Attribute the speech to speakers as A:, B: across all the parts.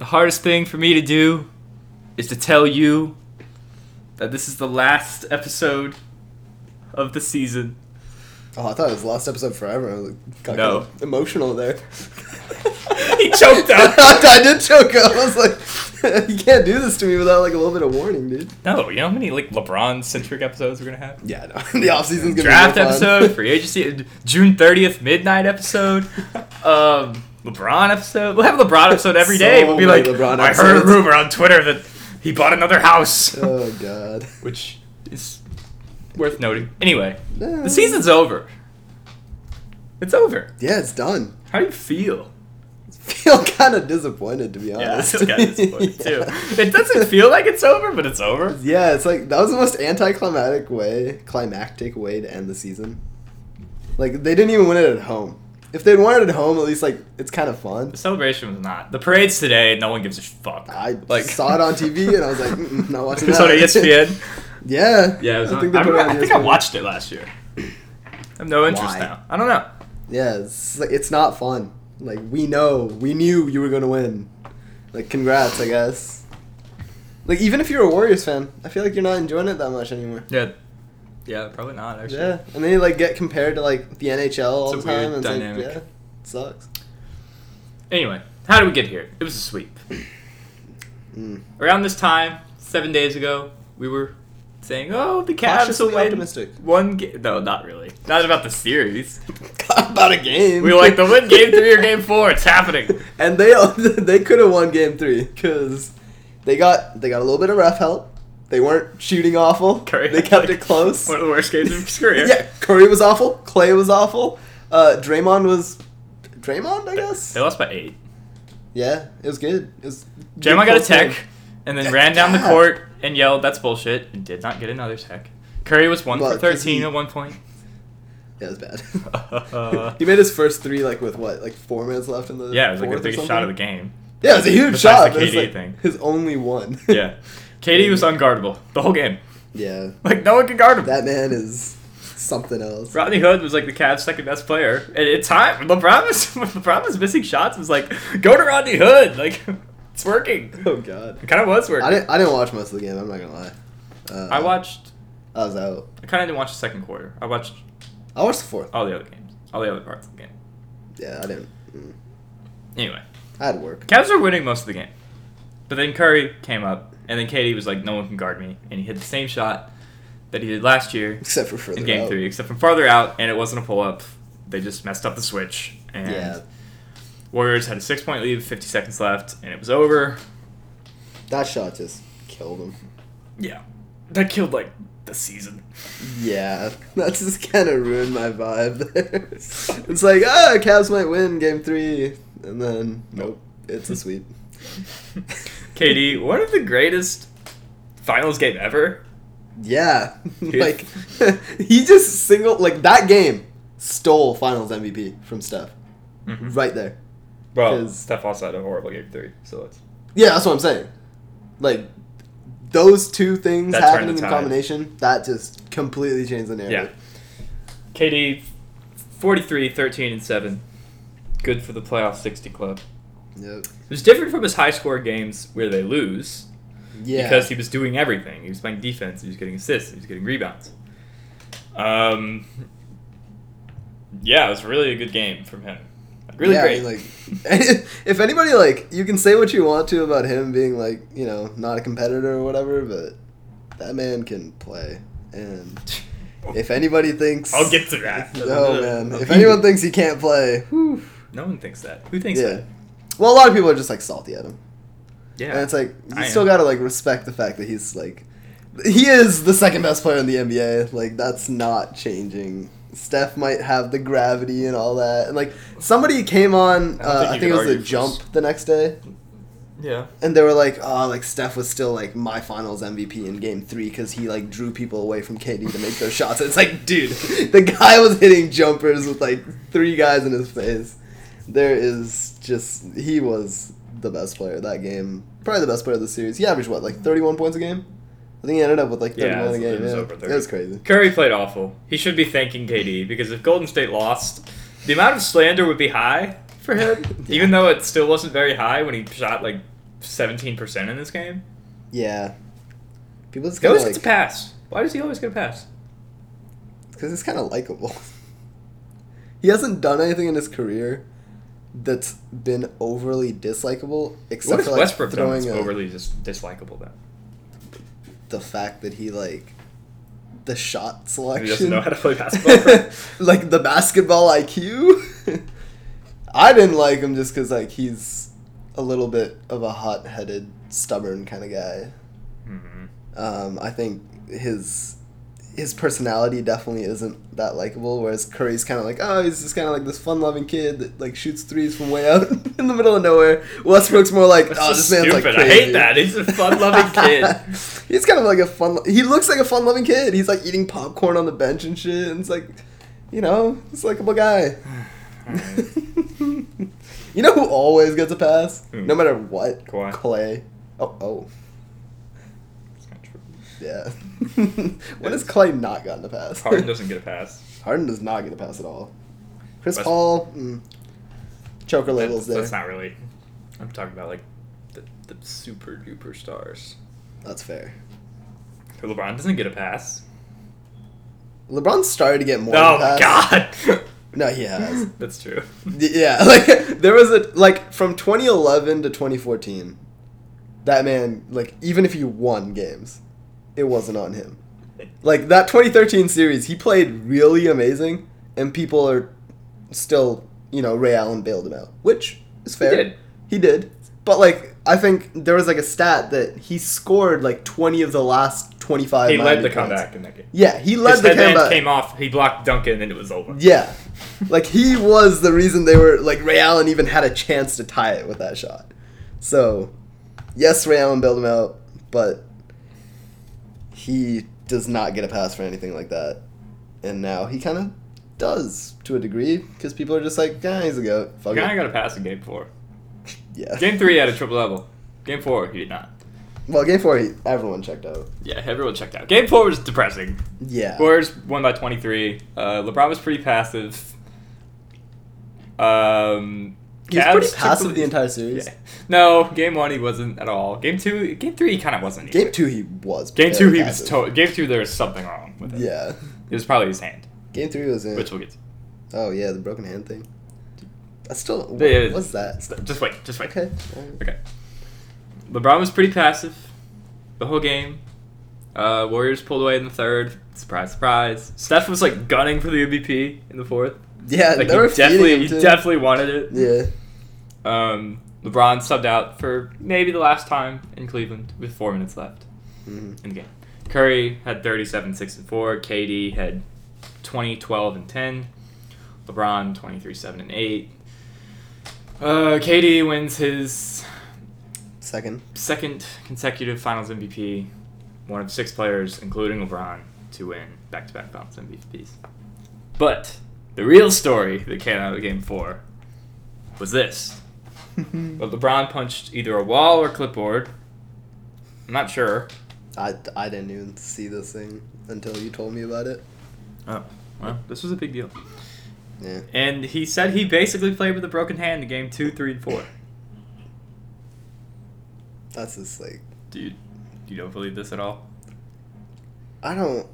A: hardest thing for me to do is to tell you that this is the last episode of the season.
B: Oh, I thought it was the last episode forever. I was like, got
A: No.
B: kind of emotional there.
A: He choked up.
B: I did choke up. I was like, you can't do this to me without like a little bit of warning, dude.
A: No, you know how many like LeBron centric episodes we're gonna have?
B: Yeah, no. the off season's gonna
A: Draft
B: be more fun.
A: episode, free agency, uh, June thirtieth, midnight episode, um, LeBron episode. We'll have a LeBron episode every
B: So
A: day. We'll be
B: many
A: like,
B: LeBron
A: I heard a
B: episodes."
A: rumor on Twitter that he bought another house,
B: oh god.
A: which is worth noting. Anyway,
B: No.
A: the season's over. It's over.
B: Yeah, it's done.
A: How do you feel?
B: Feel kind of disappointed to be
A: Yeah,
B: honest.
A: Uh, this is kind of disappointing too.
B: Yeah.
A: It doesn't feel like it's over, but it's over.
B: Yeah, it's like that was the most anticlimactic way, climactic way to end the season. Like they didn't even win it at home. If they'd won it at home, at least like it's kind of fun.
A: The celebration was not. The parade's today. No one gives a fuck.
B: I saw it on TV and I was like, Mm-mm, not watching
A: It's
B: that.
A: on E ESPN.
B: yeah,
A: Yeah, it was on-
B: they
A: I,
B: put it
A: remember-
B: on E
A: I think I
B: ESPN.
A: watched it last year. I have no interest
B: Why?
A: now. I don't know.
B: Yeah, it's like it's not fun. Like we know, we knew you were gonna win. Like congrats, I guess. Like even if you're a Warriors fan, I feel like you're not enjoying it that much anymore.
A: Yeah, yeah, probably not actually.
B: Yeah, and then you like get compared to like the NHL all
A: It's
B: the
A: a
B: time.
A: weird
B: and it's
A: dynamic.
B: Like, yeah, it sucks.
A: Anyway, how did we get here? It was a sweep.
B: Mm.
A: Around this time, seven days ago, we were saying, "Oh, the Cavs
B: Cautiously
A: will win
B: optimistic.
A: one game." No, not really. Not about the series.
B: About a game.
A: We were like, "They'll win game three or game four. It's happening."
B: and they they could have won game three because they got they got a little bit of ref help. They weren't shooting awful.
A: Curry
B: they kept
A: like,
B: it close.
A: One of the worst games of his career.
B: yeah, Curry was awful. Clay was awful. Uh, Draymond was Draymond, I guess.
A: They lost by eight.
B: Yeah, it was good. It was
A: Draymond got a
B: close
A: tech,
B: game.
A: and
B: Yeah,
A: then ran down the
B: God.
A: court and yelled, "That's bullshit!" and did not get another tech. Curry was one
B: Well,
A: for
B: 'cause
A: thirteen
B: he-
A: at one point.
B: Yeah, it was bad. he made his first three like with what, like four minutes left in the
A: Yeah, it was like the
B: fourth or
A: biggest shot of the
B: something?
A: game.
B: Yeah, it was a huge
A: Besides the
B: shot. but it was,
A: KD
B: like,
A: thing.
B: His only one.
A: Yeah, KD was unguardable the whole game.
B: yeah.
A: Like no one could guard him.
B: That man is something else.
A: Rodney Hood was like the Cavs' second best player, and at time LeBron was when LeBron was missing shots. It Was like go to Rodney Hood. Like it's working.
B: Oh god.
A: It kind of was working.
B: I
A: I,
B: didn't I didn't watch most of the game, I'm not gonna lie. Uh,
A: watched.
B: I was out.
A: I kind of didn't watch the second quarter. I watched
B: I watched the fourth.
A: all the other games, all the other parts of the game.
B: Yeah, I didn't mm.
A: Anyway.
B: I had work.
A: Cavs are winning most of the game. But then Curry came up, and then KD was like, no one can guard me. And he hit the same shot that he did last year
B: Except for further
A: in game
B: out.
A: three, except from farther out, and it wasn't a pull up. They just messed up the switch. And
B: Yeah.
A: Warriors had a six point lead, 50 seconds left, and it was over.
B: That shot just killed him.
A: Yeah. That killed, like, the season.
B: Yeah, that just kind of ruined my vibe there. it's like, ah, Cavs might win game three, and then nope, it's a sweep.
A: KD, one of the greatest finals game ever.
B: Yeah, like he just single like that game stole Finals MVP from Steph
A: Mhm.
B: right there.
A: Well,
B: 'Cause-
A: Steph also had a horrible game three, so let's.
B: Yeah, that's what I'm saying. Like those two things
A: That turned
B: happening
A: the tide.
B: in combination, that just completely changed the
A: Yeah.
B: narrative.
A: KD, 43, 13, and 7. Good for the playoff 60 club.
B: Yeah, yep.
A: It was different from his high score games where they lose
B: yeah,
A: because he was doing everything. He was playing defense, he was getting assists, he was getting rebounds. Um, yeah, it was really a good game from him. Like, Really
B: Yeah, I
A: great.
B: mean, like, if anybody like, you can say what you want to about him being like, you know, not a competitor or whatever, but that man can play. And if anybody thinks,
A: I'll get to that.
B: No man, if anyone thinks he can't play, whew,
A: no one thinks that. Who thinks
B: yeah.
A: that?
B: Well, a lot of people are just like salty at him,
A: Yeah.
B: and it's like
A: I
B: you
A: am.
B: still gotta like respect the fact that he's like, he is the second best player in the NBA. Like that's not changing. Steph might have the gravity and all that, and like somebody came on,
A: I don't think
B: uh, I
A: you
B: think
A: could
B: it was the
A: argue for
B: jump
A: s-
B: the next day,
A: yeah.
B: and they were like, oh, like Steph was still like my Finals MVP in Game Three because he like drew people away from KD to make those shots. And it's like, dude, the guy was hitting jumpers with like three guys in his face. There is just he was the best player that game, probably the best player of the series. He averaged what like thirty one points a game. I think he ended up with like
A: Yeah,
B: thirty one a
A: it
B: game.
A: was
B: yeah.
A: over 30.
B: It was crazy.
A: Curry played awful. He should be thanking KD because if Golden State lost, the amount of slander would be high for him.
B: Yeah.
A: Even though it still wasn't very high when he shot like seventeen percent in this game.
B: Yeah. People just
A: He
B: kind
A: always
B: of
A: gets a
B: like
A: pass. Why does he always get a pass?
B: because he's kind of likable. he hasn't done anything in his career that's been overly dislikable, except
A: what has
B: for like
A: Westbrook done
B: throwing
A: that's
B: a,
A: overly dis- dislikable then?
B: the fact that he like the shot
A: He
B: selection.
A: doesn't know how to play basketball.
B: like the basketball IQ. I didn't like him just because like he's a little bit of a hot-headed, stubborn kind of guy.
A: hmm
B: Um, I think his his personality definitely isn't that likable. Whereas Curry's kind of like, oh, he's just kind of like this fun-loving kid that like shoots threes from way out in the middle of nowhere. Westbrook's more like,
A: That's
B: oh,
A: so
B: this man's like
A: stupid.
B: crazy.
A: I hate that. He's a fun-loving kid.
B: He's kind of like a fun. He looks like a fun-loving kid. He's like eating popcorn on the bench and shit. And it's like, you know, he's a likable guy.
A: Alright.
B: you know who always gets a pass,
A: Mm-hmm. Who?
B: no matter what.
A: Kawhi.
B: Clay. Oh, oh,
A: It's not true.
B: yeah. when has Clay not gotten a pass?
A: Harden doesn't get a pass.
B: Harden does not get a pass at all. Chris
A: West-
B: Paul. Mm, choker
A: That-
B: labels there.
A: That's not really. I'm talking about like the, the super duper stars.
B: That's fair.
A: LeBron doesn't get a pass.
B: LeBron started to get more.
A: oh
B: of a pass.
A: my god.
B: No, he has.
A: That's true.
B: Yeah, like there was a like from 2011 to 2014, that man like even if he won games, it wasn't on him. Like that 2013 series, he played really amazing, and people are still you know Ray Allen bailed him out, which is fair.
A: did.
B: He did, but like I think there was like a stat that he scored like 20 of the last 25.
A: He led the
B: Miami points.
A: comeback in that game.
B: Yeah, he led
A: His
B: the
A: headband
B: comeback.
A: came off. He blocked Duncan, and it was over.
B: Yeah. Like he was the reason they were like Ray Allen even had a chance to tie it with that shot. So yes, Ray Allen bailed him out, but he does not get a pass for anything like that. And now he kind of does to a degree because people are just like, yeah, he's a goat. Fuck
A: Kind of
B: it.
A: got a pass in game four.
B: Yeah.
A: Game three had a triple double. Game four, he did not.
B: well, game four, he, everyone checked out.
A: Yeah, everyone checked out. Game four was depressing.
B: Yeah.
A: Warriors won by 23. Uh, LeBron was pretty passive. Um,
B: he was
A: Cavs
B: pretty
A: took
B: passive the
A: lead.
B: entire series.
A: Yeah. No, game one he wasn't at all. Game two, game three he kind of wasn't.
B: Game
A: either.
B: two, he was.
A: game two
B: very
A: he
B: passive.
A: was. To- game two there was something wrong with it.
B: Yeah.
A: It was probably his hand,
B: Game three was in.
A: which we'll get. To.
B: Oh yeah, the broken hand thing. I still. What,
A: Yeah, yeah.
B: What's that?
A: St- Just wait, just wait.
B: Okay.
A: Okay. LeBron was pretty passive the whole game. Uh, Warriors pulled away in the third. Surprise, surprise. Steph was like gunning for the MVP in the fourth.
B: Yeah,
A: Like
B: Uh, they were
A: he definitely,
B: feeding
A: he
B: him too.
A: definitely wanted it.
B: Yeah,
A: Um, LeBron subbed out for maybe the last time in Cleveland with four minutes left
B: Mhm.
A: in the game. Curry had 37, 6, and 4. KD had 20, 12, and 10. LeBron, 23, 7, and 8. Uh, KD wins his
B: second.
A: second consecutive finals MVP, one of six players, including LeBron, to win back to back finals MVPs. But the real story that came out of game four was this. But LeBron punched either a wall or clipboard. I'm not sure.
B: I, I didn't even see this thing until you told me about it.
A: Oh, well, this was a big deal.
B: Yeah,
A: And he said he basically played with a broken hand in game two, three, and four.
B: that's just like
A: Dude, you don't believe this at all?
B: I don't.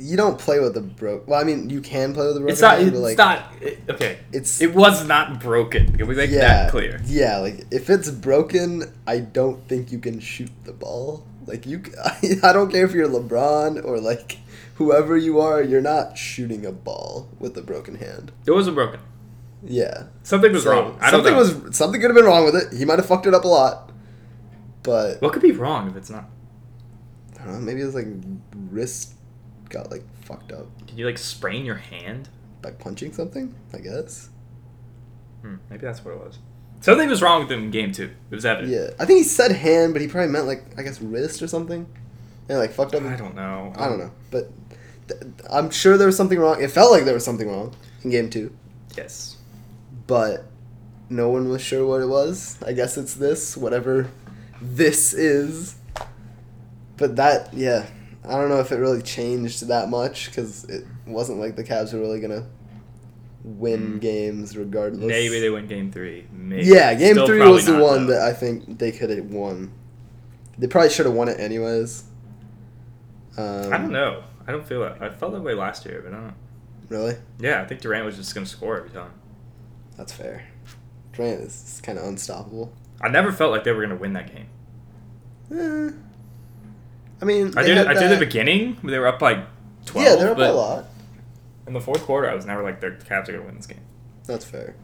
B: You don't play with the broke. Well, I mean, you can play with the broken.
A: It's not.
B: hand,
A: It's
B: but, like,
A: not. It, okay.
B: It's
A: It was not broken. Can we make that clear?
B: Yeah, like if it's broken, I don't think you can shoot the ball. Like you, c- I, don't care if you're LeBron or like whoever you are, you're not shooting a ball with a broken hand.
A: It wasn't broken.
B: Yeah,
A: Something was
B: So,
A: wrong. I don't
B: something
A: know.
B: was something could have been wrong with it. He might have fucked it up a lot, but
A: What could be wrong if it's not?
B: I don't know. Maybe his like wrist got like fucked up
A: Can you like sprain your hand?
B: by punching something. I guess.
A: Hmm, maybe that's what it was. Something was wrong with him in game two. It was evident.
B: Yeah, I think he said hand, but he probably meant like I guess wrist or something, and like fucked up.
A: I don't know.
B: I don't know, but th- I'm sure there was something wrong. It felt like there was something wrong in game two,
A: Yes.
B: but no one was sure what it was. I guess it's this, whatever this is. But that, yeah, I don't know if it really changed that much because it wasn't like the Cavs were really gonna win
A: Mm.
B: games regardless.
A: Maybe they win game three. Maybe.
B: Yeah, game
A: Still
B: three
A: probably
B: was the
A: not,
B: one
A: though.
B: that I think they could have won. They probably should have won it anyways. Um,
A: I don't know. I don't feel that. I felt that way last year, but I don't.
B: Really,
A: Yeah, I think Durant was just gonna score every time.
B: that's fair. Durant is kind of unstoppable.
A: I never felt like they were gonna win that game.
B: Eh. I mean,
A: I
B: they
A: did.
B: had
A: I did
B: that-
A: at the beginning. when They were up like twelve.
B: yeah, they're up by
A: but
B: a lot.
A: In the fourth quarter, I was never like, "The Cavs are gonna win this game."
B: That's fair.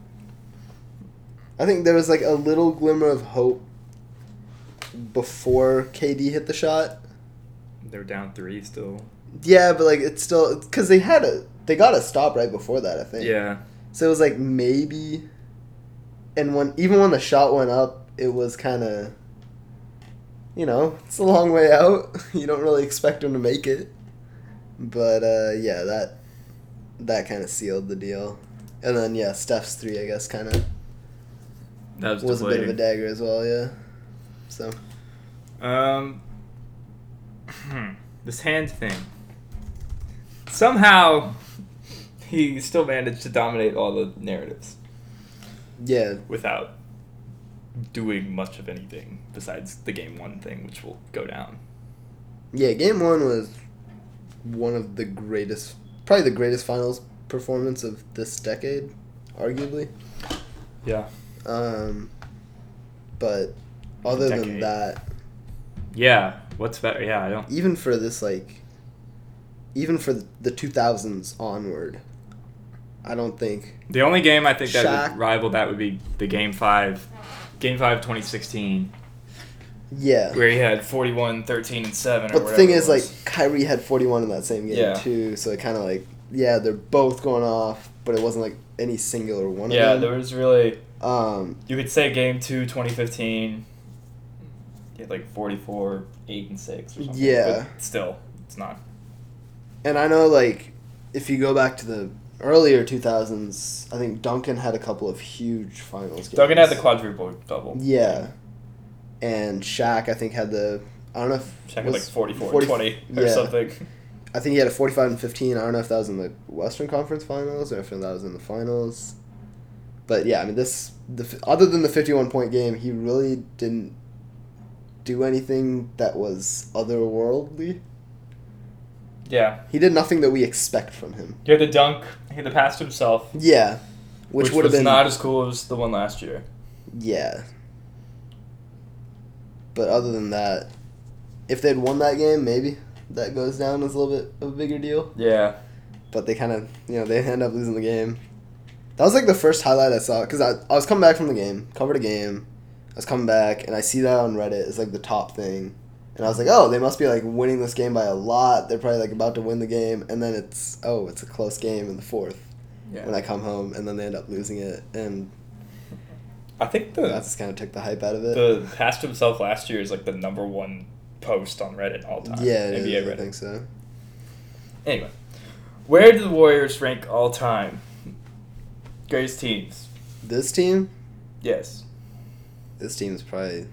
B: I think there was like a little glimmer of hope before KD hit the shot.
A: They were down three still.
B: Yeah, but like it's still because they had a they got a stop right before that. I think.
A: Yeah,
B: So it was like maybe, and when even when the shot went up, it was kind of, you know, it's a long way out. You don't really expect them to make it, but uh, yeah, that that kind of sealed the deal. And then yeah, Steph's three, I guess, kind of
A: that was,
B: was a bit of a
A: deflating.
B: dagger as well. Yeah. So
A: Um, hmm, this hand thing. Somehow, he still managed to dominate all the narratives
B: yeah,
A: without doing much of anything besides the game one thing, which will go down.
B: yeah. Game one was one of the greatest, probably the greatest finals performance of this decade, arguably.
A: Yeah.
B: Um, but other than
A: Decade.
B: that,
A: Yeah. What's better? Yeah, I don't.
B: even for this like, even for the two thousands onward, I don't think.
A: The only game I think that
B: Shaq.
A: would rival that would be the game five, game five 2016,
B: Yeah,
A: where he had 41, 13, and seven. Or
B: but the
A: whatever
B: thing
A: it
B: is, like
A: was.
B: Kyrie had forty one in that same game
A: Yeah.
B: too, so it kind of like yeah, they're both going off, but it wasn't like any singular one
A: yeah,
B: of
A: there
B: them.
A: was really
B: um,
A: You could say game two, 2015, you had like 44, 8, and 6 or something.
B: Yeah.
A: But still, it's not.
B: and I know like if you go back to the earlier two thousands, I think Duncan had a couple of huge finals. Games.
A: Duncan had the quadruple double.
B: Yeah. And Shaq, I think, had the. I don't know if.
A: Shaq had
B: was
A: like 44
B: 40
A: 20 or
B: yeah.
A: something.
B: I think he had a 45 and 15. I don't know if that was in the Western Conference Finals or if that was in the finals. But yeah, I mean, this. The, f- other than the 51 point game, he really didn't do anything that was otherworldly.
A: Yeah.
B: He did nothing that we expect from him.
A: He had the dunk, he had the pass to himself,
B: Yeah. Which,
A: which,
B: would have
A: was
B: been.
A: not as cool as the one last year.
B: Yeah. But other than that, if they'd won that game, maybe that goes down as a little bit of a bigger deal.
A: Yeah.
B: But they kind of, you know, they end up losing the game. That was like the first highlight I saw because I, I was coming back from the game, covered a game. I was coming back and I see that on Reddit. It's like the top thing. And I was like, oh, they must be like winning this game by a lot. They're probably like about to win the game. And then it's, oh, it's a close game in the fourth when
A: Yeah.
B: I come home. And then they end up losing it. And
A: I think the,
B: that just kind of took the hype out of it.
A: the pass to himself last year is like the number one post on Reddit all time.
B: Yeah, it
A: NBA
B: is, I
A: Reddit.
B: think so.
A: Anyway, where do the Warriors rank all time? Greatest teams.
B: This team,
A: Yes.
B: this team's probably.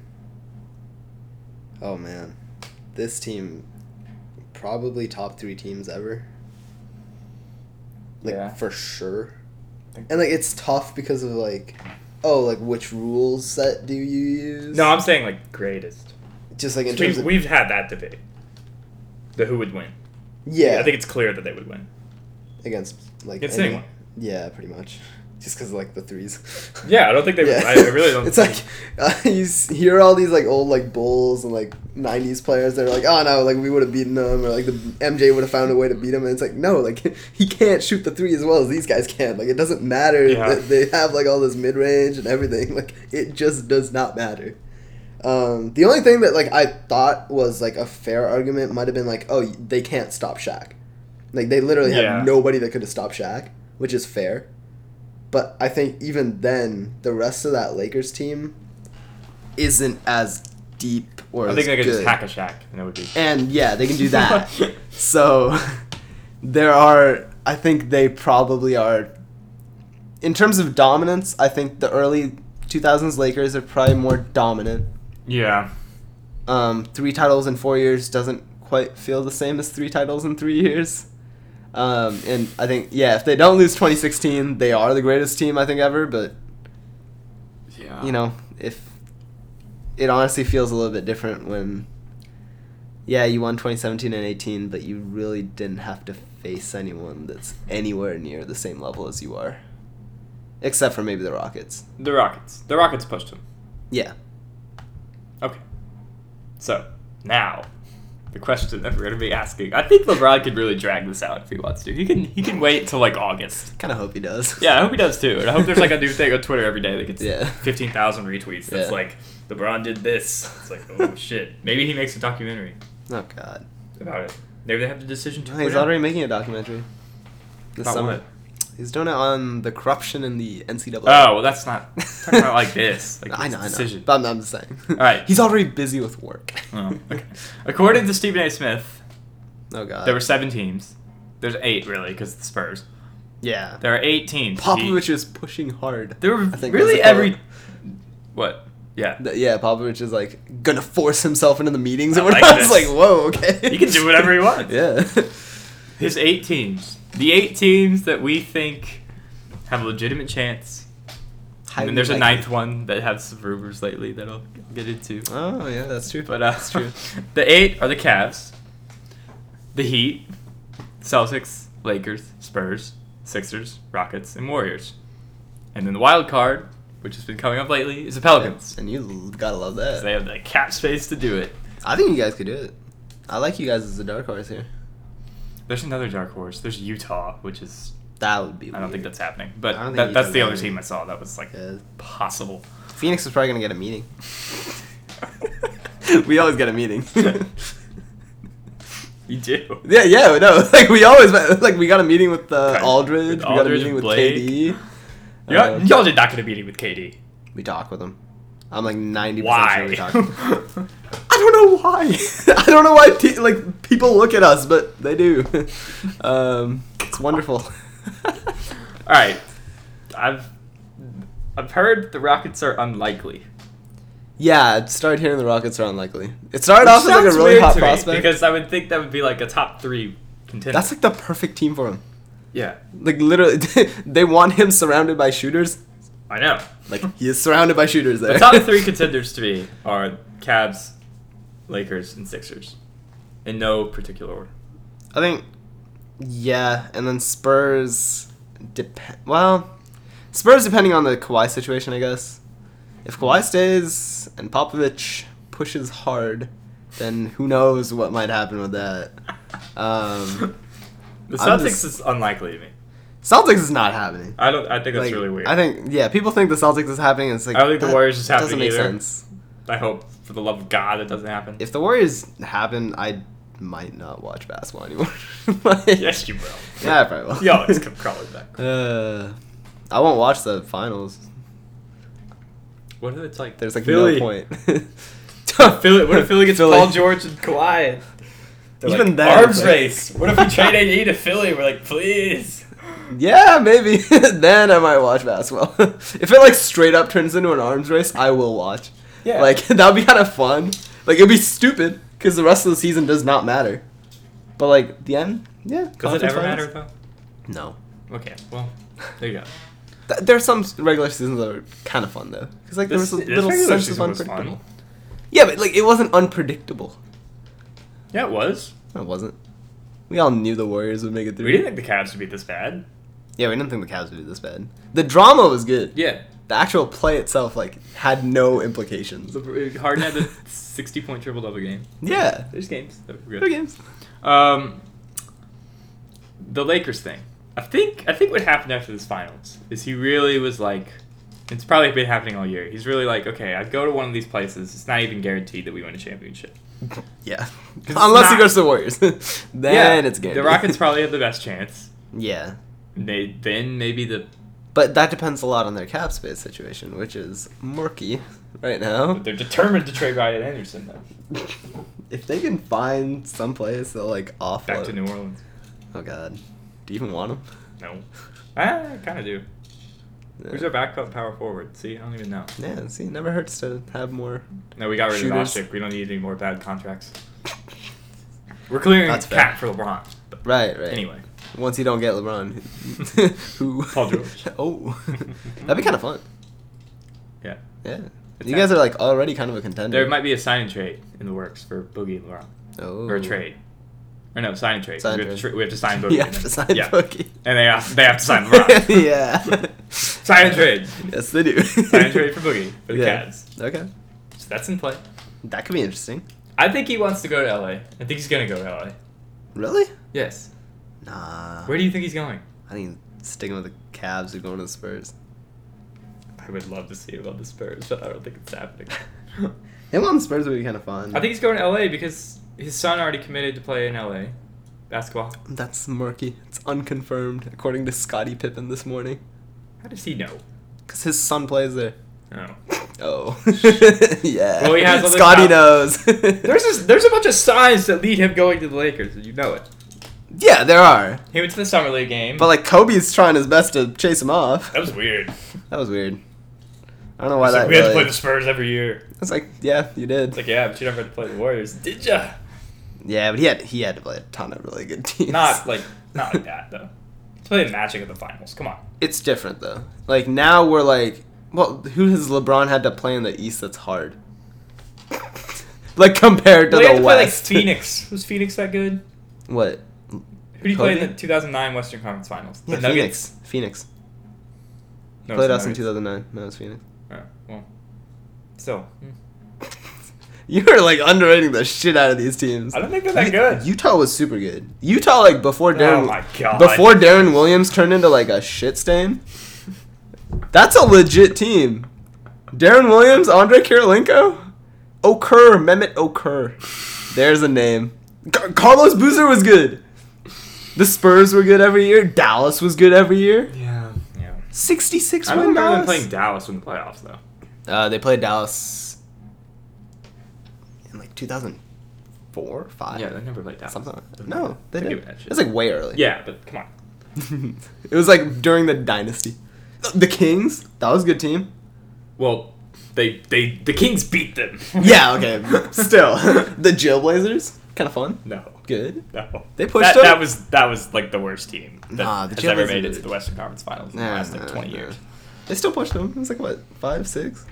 B: Oh man, this team, probably top three teams ever. Like
A: Yeah.
B: for sure, and like it's tough because of like, oh, like which rule set do you use?
A: No, I'm saying like greatest.
B: just like in terms
A: We've,
B: of
A: we've had that debate. The who would win.
B: yeah,
A: I think it's clear that they would win.
B: against like
A: Against
B: any-
A: anyone.
B: Yeah, pretty much. Just because like the threes.
A: Yeah, I don't think they would. I, I really don't.
B: it's like uh, you s- hear all these like old like Bulls and like '90s players that are like, oh no, like we would have beaten them, or like the MJ would have found a way to beat him, and it's like, no, like he can't shoot the three as well as these guys can. Like it doesn't matter
A: Yeah.
B: that they have like all this mid range and everything. Like it just does not matter. Um, the only thing that like I thought was like a fair argument might have been like, oh, they can't stop Shaq. Like they literally
A: Yeah.
B: had nobody that could have stopped Shaq, which is fair. But I think even then, the rest of that Lakers team isn't as deep or
A: I think
B: as
A: they could
B: good.
A: just hack a shack and it would be.
B: And yeah, they can do that. so there are. I think they probably are. In terms of dominance, I think the early 2000s Lakers are probably more dominant.
A: yeah.
B: Um, three titles in four years doesn't quite feel the same as three titles in three years. Um, and I think yeah, if they don't lose 2016, they are the greatest team I think ever. But
A: Yeah.
B: you know, if it honestly feels a little bit different when yeah, you won 2017 and 18, but you really didn't have to face anyone that's anywhere near the same level as you are, except for maybe the Rockets.
A: The Rockets. The Rockets pushed him.
B: Yeah.
A: Okay. So, now, the question that we're going to be asking. I think LeBron could really drag this out if he wants to. He can he can wait till like August.
B: Kind of hope he does.
A: Yeah, I hope he does too. And I hope there's like a new thing on Twitter every day that gets
B: Yeah.
A: 15,000 retweets that's
B: Yeah.
A: like, LeBron did this. It's like, oh shit. Maybe he makes a documentary
B: Oh God.
A: about it. Maybe they have the decision to.
B: No, he's
A: put out.
B: already making a documentary. This
A: About
B: summer.
A: what?
B: He's doing it on the corruption in the NCAA.
A: Oh, well, that's not. I'm talking about like this. Like
B: I
A: this
B: know, I know.
A: decision.
B: But I'm, I'm just saying. All
A: right.
B: He's already busy with work.
A: Oh, okay. According to Stephen A. Smith,
B: Oh God.
A: there were seven teams. There's eight, really, because the Spurs.
B: yeah.
A: There are eight teams.
B: Popovich is pushing hard.
A: There were
B: I think
A: really
B: that's the
A: every.
B: quote.
A: What? Yeah.
B: Th- Yeah, Popovich is like gonna force himself into the meetings
A: I
B: and
A: like
B: whatnot. It's
A: this.
B: like, whoa, okay.
A: He can do whatever he wants.
B: yeah.
A: His eight teams. The eight teams that we think have a legitimate chance. And then there's a
B: Highly
A: ninth one that has some rumors lately that I'll get into.
B: likely. Oh yeah, that's true.
A: But uh,
B: that's true.
A: The eight are the Cavs, the Heat, Celtics, Lakers, Spurs, Sixers, Rockets, and Warriors. And then the wild card, which has been coming up lately, is the Pelicans.
B: And uh, you l- gotta love
A: They
B: that.
A: have the cap space to do it.
B: I think you guys could do it. I like you guys as a dark horse here.
A: There's another dark horse. There's Utah, which is
B: That would be.
A: I don't think
B: weird.
A: that's happening. But
B: I don't think
A: that, that's
B: Utah's
A: the other
B: happening.
A: team I saw that was like
B: Yeah.
A: possible.
B: Phoenix is probably gonna get a meeting. we always get a meeting.
A: you do.
B: yeah, yeah, no, like we always like we got a meeting with uh,
A: Right.
B: Aldridge,
A: With
B: we got a
A: Aldridge,
B: meeting with
A: Blake.
B: KD.
A: Y'all,
B: Uh,
A: y'all did not get a meeting with KD.
B: we talk with him. I'm like ninety percent
A: Why?
B: sure we talk. I don't know why. I don't know why pe- like people look at us, but they do. um, it's wonderful.
A: All right, I've I've heard the Rockets are unlikely.
B: yeah, I started hearing the Rockets are unlikely. It started off as like
A: Sounds
B: a really
A: weird
B: hot
A: to me,
B: prospect.
A: because I would think that would be like a top three contender.
B: That's like the perfect team for him.
A: yeah,
B: Like literally, they want him surrounded by shooters.
A: I know.
B: Like he is surrounded by shooters there.
A: the top three contenders to me are Cavs, Lakers, and Sixers, in no particular order.
B: I think, yeah, and then Spurs. Depend. Well, Spurs depending on the Kawhi situation, I guess. If Kawhi stays and Popovich pushes hard, then who knows what might happen with that. Um,
A: the
B: I'm
A: Celtics
B: just-
A: is unlikely to me.
B: Celtics is not happening.
A: I don't. I think that's
B: Like,
A: really weird.
B: I think yeah, people think the Celtics is happening. And it's like
A: I don't think the
B: that
A: Warriors is happening
B: Doesn't make
A: either.
B: sense.
A: I hope for the love of God it doesn't happen.
B: If the Warriors happen, I might not watch basketball anymore. Like-
A: yes, you will.
B: Yeah, I probably will.
A: You always come crawling back.
B: Uh, I won't watch the finals.
A: What if it's like?
B: There's like
A: Philly.
B: no point.
A: Philly, what if Philly gets
B: Philly.
A: Paul George and Kawhi? They're
B: Even
A: like,
B: then,
A: arms
B: it's like-
A: race. What if we trade AD to Philly? We're like, please.
B: Yeah, maybe. then I might watch basketball. if it like straight up turns into an arms race, I will watch.
A: Yeah.
B: Like that would be kind of fun. Like it'd be stupid because the rest of the season does not matter. But like the end, yeah.
A: Does
B: conference
A: it ever
B: finals.
A: matter though?
B: No.
A: Okay, well, there you go.
B: Th- there are some regular seasons that are kind of fun though, because like there was a little sense of unpredictable. Yeah, but like it wasn't unpredictable.
A: Yeah, it was.
B: No, It wasn't. We all knew the Warriors would make it through.
A: We didn't think the Cavs would be this bad.
B: Yeah, we didn't think the Cavs would do this bad. The drama was good.
A: Yeah,
B: The actual play itself, like, had no implications.
A: Harden had the sixty-point triple-double game.
B: Yeah.
A: There's games. that were good.
B: Good games.
A: Um, the Lakers thing. I think I think what happened after this finals is he really was like, it's probably been happening all year. He's really like, okay, I go to one of these places. It's not even guaranteed that we win a championship.
B: Yeah.
A: it's
B: Unless he
A: not-
B: goes to the Warriors. then it's good.
A: The Rockets probably have the best chance.
B: yeah.
A: They then maybe the
B: But that depends a lot on their cap space situation, which is murky right now.
A: but they're determined to trade Ryan Anderson though
B: If they can find some place they'll, like, offload.
A: back to New Orleans.
B: Oh, God. Do you even want him?
A: No, I kind of Ah, do. Who's our backup power forward? See, I don't even know.
B: Yeah, see, it never hurts to have more.
A: No, we got rid
B: Shooters.
A: of Oshik. We don't need any more bad contracts. We're clearing
B: That's
A: cap
B: fair.
A: for LeBron. But
B: Right, right.
A: Anyway,
B: Once you don't get LeBron, who?
A: Paul George.
B: oh, that'd be kind of fun.
A: Yeah.
B: Yeah,
A: It's
B: you guys
A: happening.
B: are like already kind of a contender.
A: There might be a sign and trade in the works for Boogie and LeBron.
B: oh.
A: Or a trade. Or no, sign and trade.
B: Sign
A: we,
B: and
A: have to
B: trade.
A: tra- we have to sign Boogie.
B: You have to sign
A: yeah.
B: Boogie.
A: And they have, they have to sign LeBron.
B: yeah.
A: Sign and trade.
B: Yes, they do.
A: sign and trade for Boogie, for the
B: Yeah.
A: Cavs.
B: Okay,
A: So that's in play.
B: that could be interesting.
A: I think he wants to go to LA. I think he's going to go to LA.
B: Really?
A: Yes.
B: Nah.
A: Where do you think he's going?
B: I think sticking with the Cavs or going to the Spurs.
A: I would love to see him on the Spurs, but I don't think it's happening.
B: Him on the Spurs would be kind of fun.
A: I think he's going to LA because his son already committed to play in LA basketball.
B: that's murky. It's unconfirmed, according to Scottie Pippen this morning,
A: How does he know?
B: because his son plays there.
A: Oh.
B: Oh, yeah.
A: Well, he has other
B: Scotty
A: top-
B: knows.
A: There's a, there's a bunch of signs that lead him going to the Lakers, and you know it.
B: yeah, there are.
A: He went to the summer league game.
B: But like Kobe's trying his best to chase him off.
A: that was weird.
B: That was weird. I don't know why
A: It's like,
B: that.
A: we had to play
B: Really...
A: the Spurs every year.
B: It's like yeah, you did.
A: It's like yeah, but you never had to play the Warriors, did ya?
B: Yeah, but he had he had to play a ton of really good teams.
A: Not like not like that though. He's played Magic at the finals. Come on.
B: it's different though. Like now we're like, well, who has LeBron had to play in the East that's hard? like compared to
A: Well, he had
B: the
A: to play like
B: West.
A: Phoenix. Was Phoenix that good?
B: what?
A: Who do you play in the
B: Kobe?
A: 2009 Western Conference Finals? The
B: Yeah,
A: Nuggets.
B: Phoenix. Phoenix
A: No,
B: played
A: it's
B: us
A: the
B: in
A: Nuggets.
B: 2009. No, it's Phoenix.
A: Oh, well, still,
B: Hmm.
A: mm.
B: You are like underrating the shit out of these teams.
A: I don't think they're that good.
B: Utah was super good. Utah like before Darren
A: oh my god.
B: before Darren Williams turned into like a shit stain. That's a legit team. Darren Williams, Andre Kirilenko, Okur, Mehmet Okur. There's a name. Car- Carlos Boozer was good. The Spurs were good every year. Dallas was good every year.
A: Yeah. Yeah.
B: 66
A: I don't
B: win
A: remember them
B: Dallas.
A: playing Dallas in the playoffs though.
B: Uh, they played Dallas in like 2004, 5.
A: Yeah, they never played Dallas.
B: Something like that. No, they
A: They
B: didn't.
A: do that shit.
B: It was like way early.
A: Yeah, but come on.
B: it was like during the dynasty. The Kings, that was a good team.
A: Well, they they the Kings beat them.
B: Yeah, okay. Still, the Jailblazers, kind of fun.
A: no.
B: Good.
A: No.
B: They
A: that,
B: pushed them?
A: that was that was like the worst team that
B: Nah, the
A: has ever
B: Jailblazers
A: made it
B: are-
A: to the Western Conference Finals in the
B: Nah,
A: last like
B: nah,
A: twenty
B: nah.
A: years.
B: They still pushed them. It was like what five, six?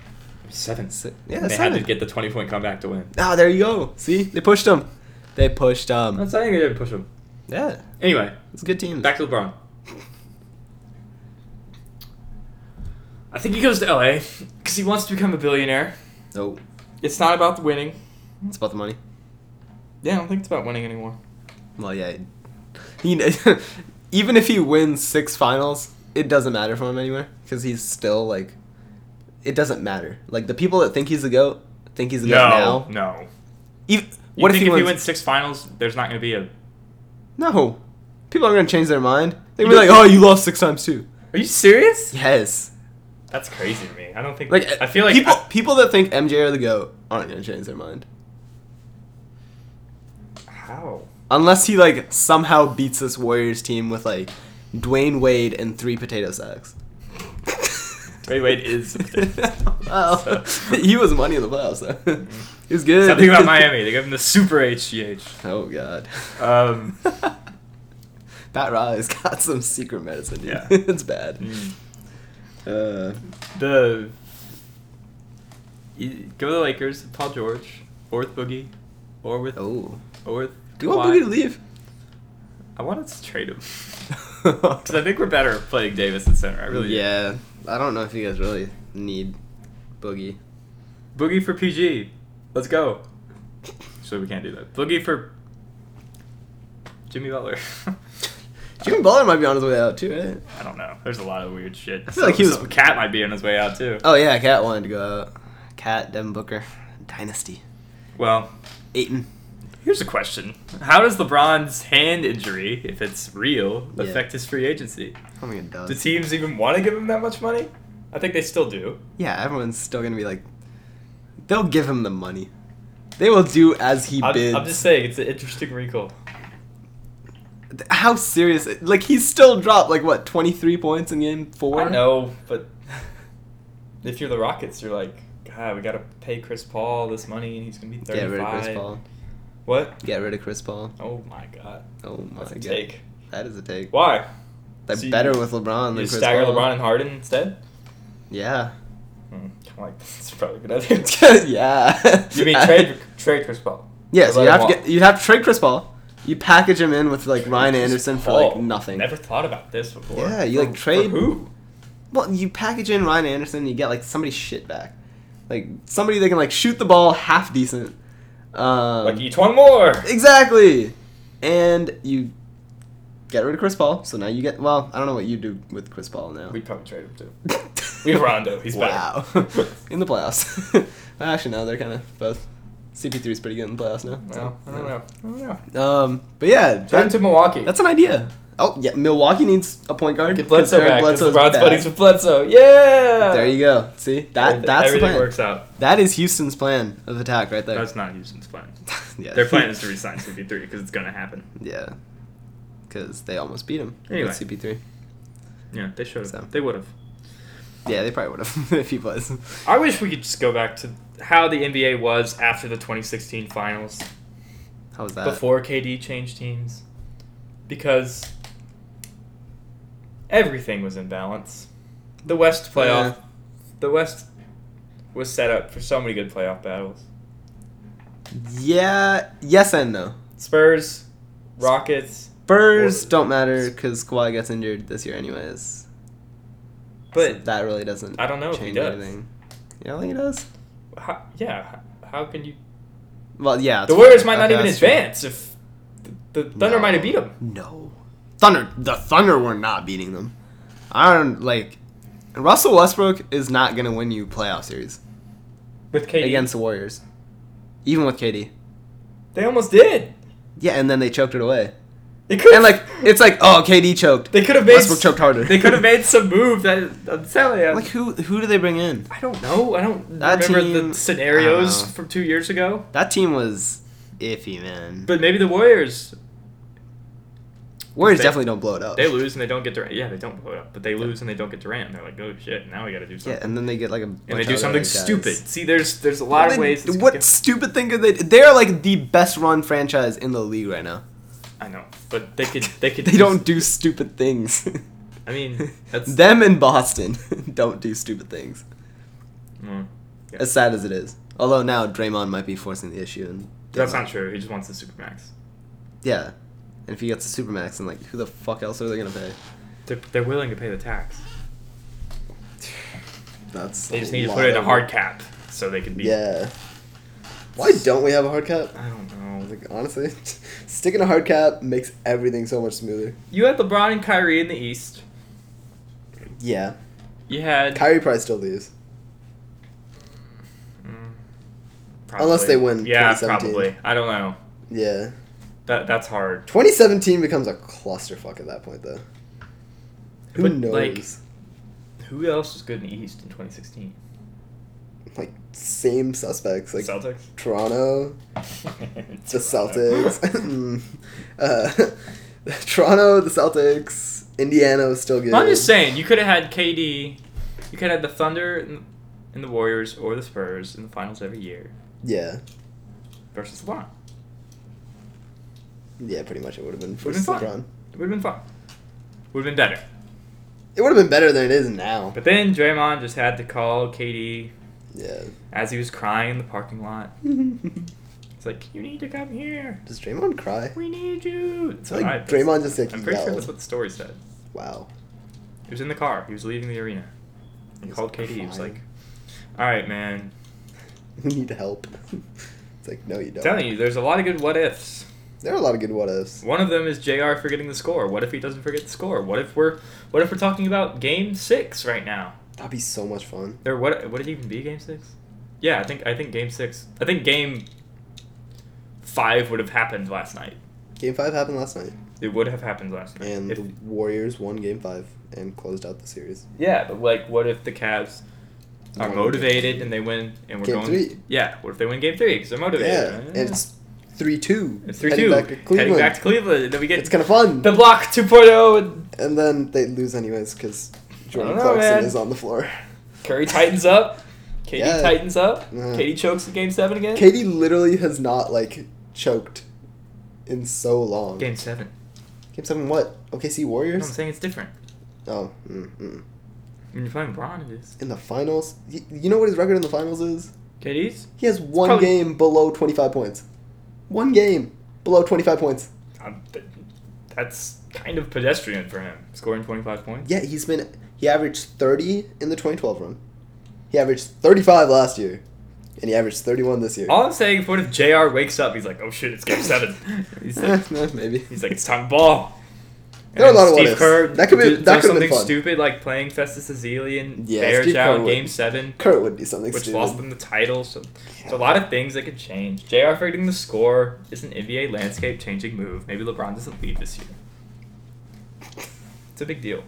A: Seven.
B: Si- yeah,
A: they had
B: seven.
A: to get the twenty point comeback to win.
B: Ah, there you go. See, they pushed them. They pushed
A: I'm
B: them.
A: saying they didn't push them.
B: Yeah,
A: Anyway,
B: it's a good team.
A: back to LeBron. I think he goes to LA because he wants to become a billionaire.
B: Oh,
A: It's not about the winning.
B: it's about the money.
A: Yeah, I don't think it's about winning anymore.
B: Well, yeah. He even if he wins six finals, it doesn't matter for him anywhere because he's still like, it doesn't matter. Like the people that think he's the goat think he's the goat now.
A: no.
B: Even,
A: You
B: what
A: think
B: if he wins?
A: six finals? There's not going to be a.
B: No, people are gonna change their mind. They're gonna
A: You
B: be like,
A: don't-
B: oh, you lost six times too.
A: Are you serious?
B: Yes.
A: That's crazy to me. I don't think.
B: Like
A: I feel like
B: people
A: I,
B: people that think MJ are the goat aren't gonna change their mind
A: how
B: unless he like somehow beats this Warriors team with like Dwayne Wade and three potato sacks.
A: Dwayne Wade is the potato sack.
B: wow,
A: So- Mm-hmm.
B: he was money in the playoffs. Though. he was good.
A: something about Miami. They gave him the super HGH.
B: Oh God.
A: Um,
B: Pat Riley's got some secret medicine. Dude.
A: Yeah.
B: it's bad. Uh,
A: Mm. the you go to the Lakers, Paul George, or with Boogie, or with
B: oh,
A: or with.
B: do you want
A: Kawhi.
B: Boogie to leave?
A: I wanted to trade him because I think we're better at playing Davis at center. I really do.
B: Yeah, I don't know if you guys really need Boogie.
A: Boogie for PG. Let's go. So we can't do that. Boogie for Jimmy Butler.
B: Jimmy Butler might be on his way out too, right?
A: I don't know. There's a lot of weird shit. I
B: feel like he was-
A: Cat might be on his way out too.
B: Oh yeah, Cat wanted to go out. Cat, Devin Booker, Dynasty,
A: Well,
B: Aiton.
A: here's a question: How does LeBron's hand injury, if it's real,
B: Yeah.
A: affect his free agency?
B: Oh my god,
A: Do
B: does.
A: teams even want to give him that much money? I think they still do.
B: Yeah, everyone's still gonna be like, they'll give him the money. They will do as he
A: I'm,
B: bids.
A: I'm just saying, it's an interesting wrinkle.
B: How serious? Like he still dropped like what twenty three points in game four.
A: I know, but if you're the Rockets, you're like, God, we gotta pay Chris Paul this money, and he's gonna be
B: Get
A: thirty-five.
B: rid of Chris Paul.
A: What?
B: Get rid of Chris Paul.
A: Oh my God.
B: Oh my
A: That's a
B: god.
A: take.
B: That is a take.
A: Why?
B: They're
A: So you-
B: better with LeBron
A: You
B: than
A: just
B: Chris
A: stagger
B: Paul.
A: LeBron and Harden instead?
B: Yeah.
A: Hmm, I like this. It's probably a good idea.
B: yeah.
A: You mean trade trade Chris Paul?
B: Yes,
A: Or
B: you
A: let
B: have
A: him
B: to
A: walk?
B: get, you'd have to trade Chris Paul. You package him in with like Ryan Anderson for like
A: Oh,
B: nothing.
A: Never thought about this before.
B: Yeah, you, like,
A: For- for
B: trade-
A: who?
B: Well, you package in Ryan Anderson, you get like somebody shit back, like somebody that can like shoot the ball half decent. Um,
A: like each one more.
B: exactly, and you get rid of Chris Paul. So now you get well. I don't know what you do with Chris Paul now.
A: We'd probably trade him too. we have Rondo, he's better.
B: wow in the playoffs. Well, Actually, no, they're kind of both. CP3 is pretty good in the playoffs now.
A: No, I don't know. I don't know.
B: Um, but yeah,
A: Trade him
B: that,
A: to Milwaukee.
B: that's an idea. Oh yeah, Milwaukee needs a point guard.
A: Get Bledsoe
B: Considering
A: back. Bledsoe's
B: Bledsoe's
A: LeBron's
B: back.
A: buddies with Bledsoe. Yeah.
B: There you go. See that?
A: Everything-
B: That's the
A: everything
B: plan.
A: works out.
B: That is Houston's plan of attack right there.
A: That's not Houston's plan.
B: yeah.
A: Their plan is to resign CP3 because it's gonna happen.
B: Yeah, because they almost beat him
A: Anyway.
B: with CP3.
A: Yeah, they should have.
B: So.
A: They would have.
B: Yeah, they probably would have if he was.
A: I wish we could just go back to how the NBA was after the 2016 finals,
B: How was that?
A: before KD changed teams, because everything was in balance. The West playoff,
B: Yeah.
A: the West was set up for so many good playoff battles.
B: Yeah. Yes and no.
A: Spurs, Rockets,
B: Spurs
A: Or-
B: don't matter because Kawhi gets injured this year anyways. so
A: but
B: that really doesn't.
A: I don't know if he
B: change
A: does.
B: anything. You don't think it does?
A: how, yeah, h- how can you?
B: Well, yeah.
A: The
B: it's
A: Warriors
B: fine.
A: might not
B: Okay,
A: even
B: that's true.
A: advance if the, the Thunder
B: No.
A: might have beat them.
B: No. Thunder the Thunder were not beating them. I don't like Russell Westbrook is not gonna win you playoff series
A: with KD.
B: against the Warriors. Even with KD.
A: They almost did.
B: Yeah, and then they choked it away.
A: They could
B: And like it's like, oh KD choked.
A: they could have made
B: Westbrook choked harder.
A: They could have made some move. That I'm telling you.
B: Like who who do they bring in?
A: I don't know. I don't
B: That
A: remember
B: team-
A: the scenarios
B: I don't know.
A: from two years ago.
B: That team was iffy, man.
A: But maybe the Warriors
B: Warriors
A: they-
B: definitely don't blow it up.
A: they lose and they don't get Durant. Yeah, they don't blow it up, but they lose and they don't get Durant. And they're like, oh shit, now we got to do
B: yeah,
A: something.
B: and then they get like a bunch
A: and they
B: of
A: do
B: other
A: something
B: guys.
A: stupid. See, there's there's a lot of
B: They-
A: ways. this could
B: what
A: go.
B: stupid thing could they? They are like the best run franchise in the league right now.
A: I know, but they could they could
B: They
A: do
B: don't do stupid things.
A: s- I mean, that's
B: Them in Boston don't do stupid things.
A: Mm. Yeah.
B: As sad as it is. Although now Draymond might be forcing the issue. And
A: that's
B: Draymond-
A: not true. He just wants the supermax.
B: Yeah. And if he gets a Supermax, then, like, who the fuck else are they going to pay?
A: They're, they're willing to pay the tax.
B: That's.
A: They just need to put in a hard cap so they can be.
B: Yeah. Why don't we have a hard cap?
A: I don't know.
B: Like, honestly, sticking a hard cap makes everything so much smoother.
A: You had LeBron and Kyrie in the East.
B: Yeah.
A: You had
B: Kyrie probably still leaves.
A: Mm,
B: Unless they win
A: Yeah,
B: 2017.
A: probably. I don't know.
B: Yeah.
A: That that's hard.
B: 2017 becomes a clusterfuck at that point, though. Who
A: But,
B: knows?
A: like- Who else was good in the East in 2016?
B: Like, same suspects. Like,
A: Celtics.
B: Toronto, the
A: Toronto.
B: Celtics, Mm. uh, Toronto, the Celtics, Indiana was still good.
A: I'm just saying, you could have had KD. You could have had the Thunder and, and the Warriors or the Spurs in the finals every year
B: Yeah,
A: versus LeBron.
B: yeah, pretty much it would have been
A: Would've been
B: versus
A: fun.
B: LeBron.
A: It would have been fun. Would have been better.
B: It would have been better than it is now.
A: But then Draymond just had to call KD
B: Yeah.
A: as he was crying in the parking lot. It's like, you need to come here.
B: Does Draymond cry?
A: We need you. That's what
B: Like,
A: I- that's-
B: Draymond just, like,
A: I'm pretty sure
B: yelled.
A: that's what the story said.
B: Wow.
A: He was in the car. He was leaving the arena. He
B: He's
A: called KD. He was like,
B: crying.
A: "All right, man.
B: We need help. It's like no, you don't.
A: Telling you, there's a lot of good what ifs.
B: There are a lot of good what ifs.
A: One of them is Jr. forgetting the score. What if he doesn't forget the score? What if we're what if we're talking about Game Six right now?
B: That'd be so much fun.
A: Or what? Would it even be Game Six? Yeah, I think I think Game Six. I think Game Five would have happened last night.
B: Game five happened last night,
A: It would have happened last night.
B: and
A: If-
B: the Warriors won Game five and closed out the series.
A: yeah, but like, what if the Cavs? Are
B: Won.
A: motivated and they win, and we're
B: Game
A: going.
B: three.
A: Yeah, what if they win game three? Because they're motivated. Uh,
B: Yeah, and it's three two.
A: It's 3 2.
B: Back to
A: Heading,
B: Cleveland.
A: back to Cleveland. And then we get
B: It's kind of fun.
A: the block oh. 2.0 and
B: And then they lose anyways because Jordan
A: I don't know,
B: Clarkson
A: man.
B: is on the floor.
A: Curry tightens up. KD
B: Yeah. Uh-huh.
A: tightens up.
B: Yeah.
A: KD chokes in game seven again.
B: Katie literally has not like choked in so long.
A: game seven.
B: Game seven, what? OKC
A: No, I'm
B: Warriors.
A: saying it's different.
B: Oh, mm, mm.
A: When you're playing Braun, it is.
B: in the finals. Y- You know what his record in the finals is?
A: KD's?
B: He has one
A: probably-
B: game below twenty five points. One game below twenty five points.
A: Um, th- that's kind of pedestrian for him, scoring 25 points.
B: Yeah, he's been he averaged 30 in the 2012 run. He averaged 35 last year, and he averaged 31 this year.
A: All I'm saying, what if JR wakes up? He's like, oh shit, it's game seven. he's, like,
B: Eh, maybe.
A: he's like, it's time to ball. And
B: There are a
A: then
B: lot of what
A: Steve
B: ifs.
A: Kerr
B: That could be-
A: do-
B: that
A: does
B: could have been
A: something
B: fun.
A: stupid like playing Festus Azelian
B: Yeah,
A: Bears
B: Steve Kerr
A: out
B: would.
A: game seven,
B: Kurt would be something
A: which
B: stupid.
A: lost them the title. So there's a lot of things that could change. JR figuring the score is an NBA landscape changing move. Maybe LeBron doesn't leave this year. It's a big deal.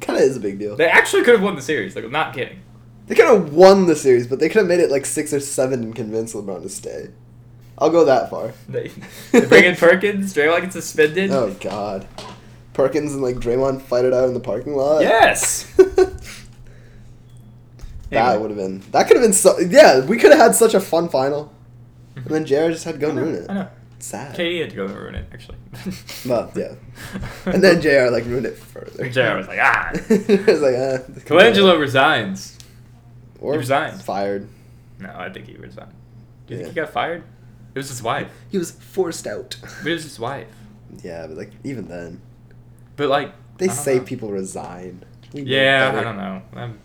B: Kind of is a big deal.
A: They actually could have won the series. Like I'm not kidding.
B: They could have won the series, but they could have made it like six or seven and convinced LeBron to stay. I'll go that far.
A: They, they bring in Perkins. Draymond gets suspended.
B: Oh God, Perkins and like Draymond fight it out in the parking lot.
A: Yes.
B: that
A: Anyway.
B: would have been that could have been so. Yeah, we could have had such a fun final, and then Jared just had to go
A: I know,
B: ruin it.
A: Mm-hmm. I know.
B: Sad.
A: Katie had to go and ruin it, actually.
B: Well, yeah. And then JR like ruined it further.
A: JR was like, ah.
B: It was like, uh,
A: Colangelo resigns.
B: or
A: he resigned.
B: Fired.
A: No, I think he resigned. Do you
B: Yeah.
A: think he got fired? It was his wife.
B: He was forced out.
A: But it was his wife.
B: yeah, but like even then,
A: But like I
B: they
A: don't
B: say
A: know.
B: people resign. We know
A: Yeah, I
B: better.
A: don't know. Um, I'm,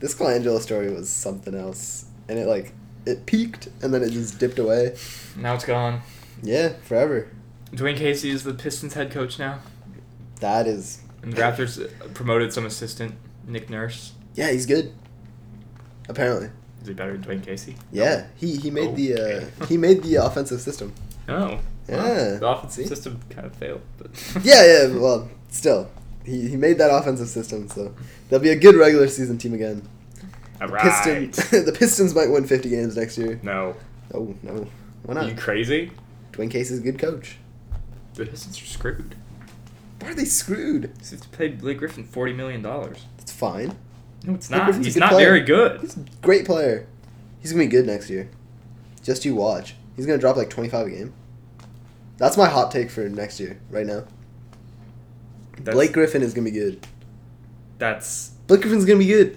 B: This Colangelo story was something else, and it like it peaked and then it just dipped away.
A: now it's gone.
B: Yeah, forever.
A: Dwayne Casey is the Pistons head coach now,
B: That is.
A: and the Raptors uh, promoted some assistant, Nick Nurse.
B: Yeah, he's good. Apparently,
A: Is he better than Dwayne Casey?
B: yeah. He he made the uh,
A: Okay.
B: he made the offensive system.
A: No.
B: Yeah.
A: the offensive
B: See?
A: system kind of failed, but
B: Yeah, yeah. but, Well, still, he he made that offensive system, so they'll be a good regular season team again.
A: All
B: The
A: right.
B: Pistons. the Pistons might win 50 games next year.
A: No.
B: Oh no, why
A: Are
B: not?
A: you crazy?
B: Dwayne Casey's a good coach.
A: The Pistons are screwed.
B: Why are they screwed?
A: He's have to pay Blake Griffin forty million dollars.
B: It's fine.
A: No, it's
B: Blake
A: not.
B: Griffin's a
A: He's
B: good
A: not
B: player.
A: very good.
B: He's a great player. He's gonna be good next year. Just you watch. He's gonna drop like 25 a game. That's my hot take for next year. Right now,
A: That's,
B: Blake Griffin is gonna be good.
A: That's
B: Blake Griffin's gonna be good.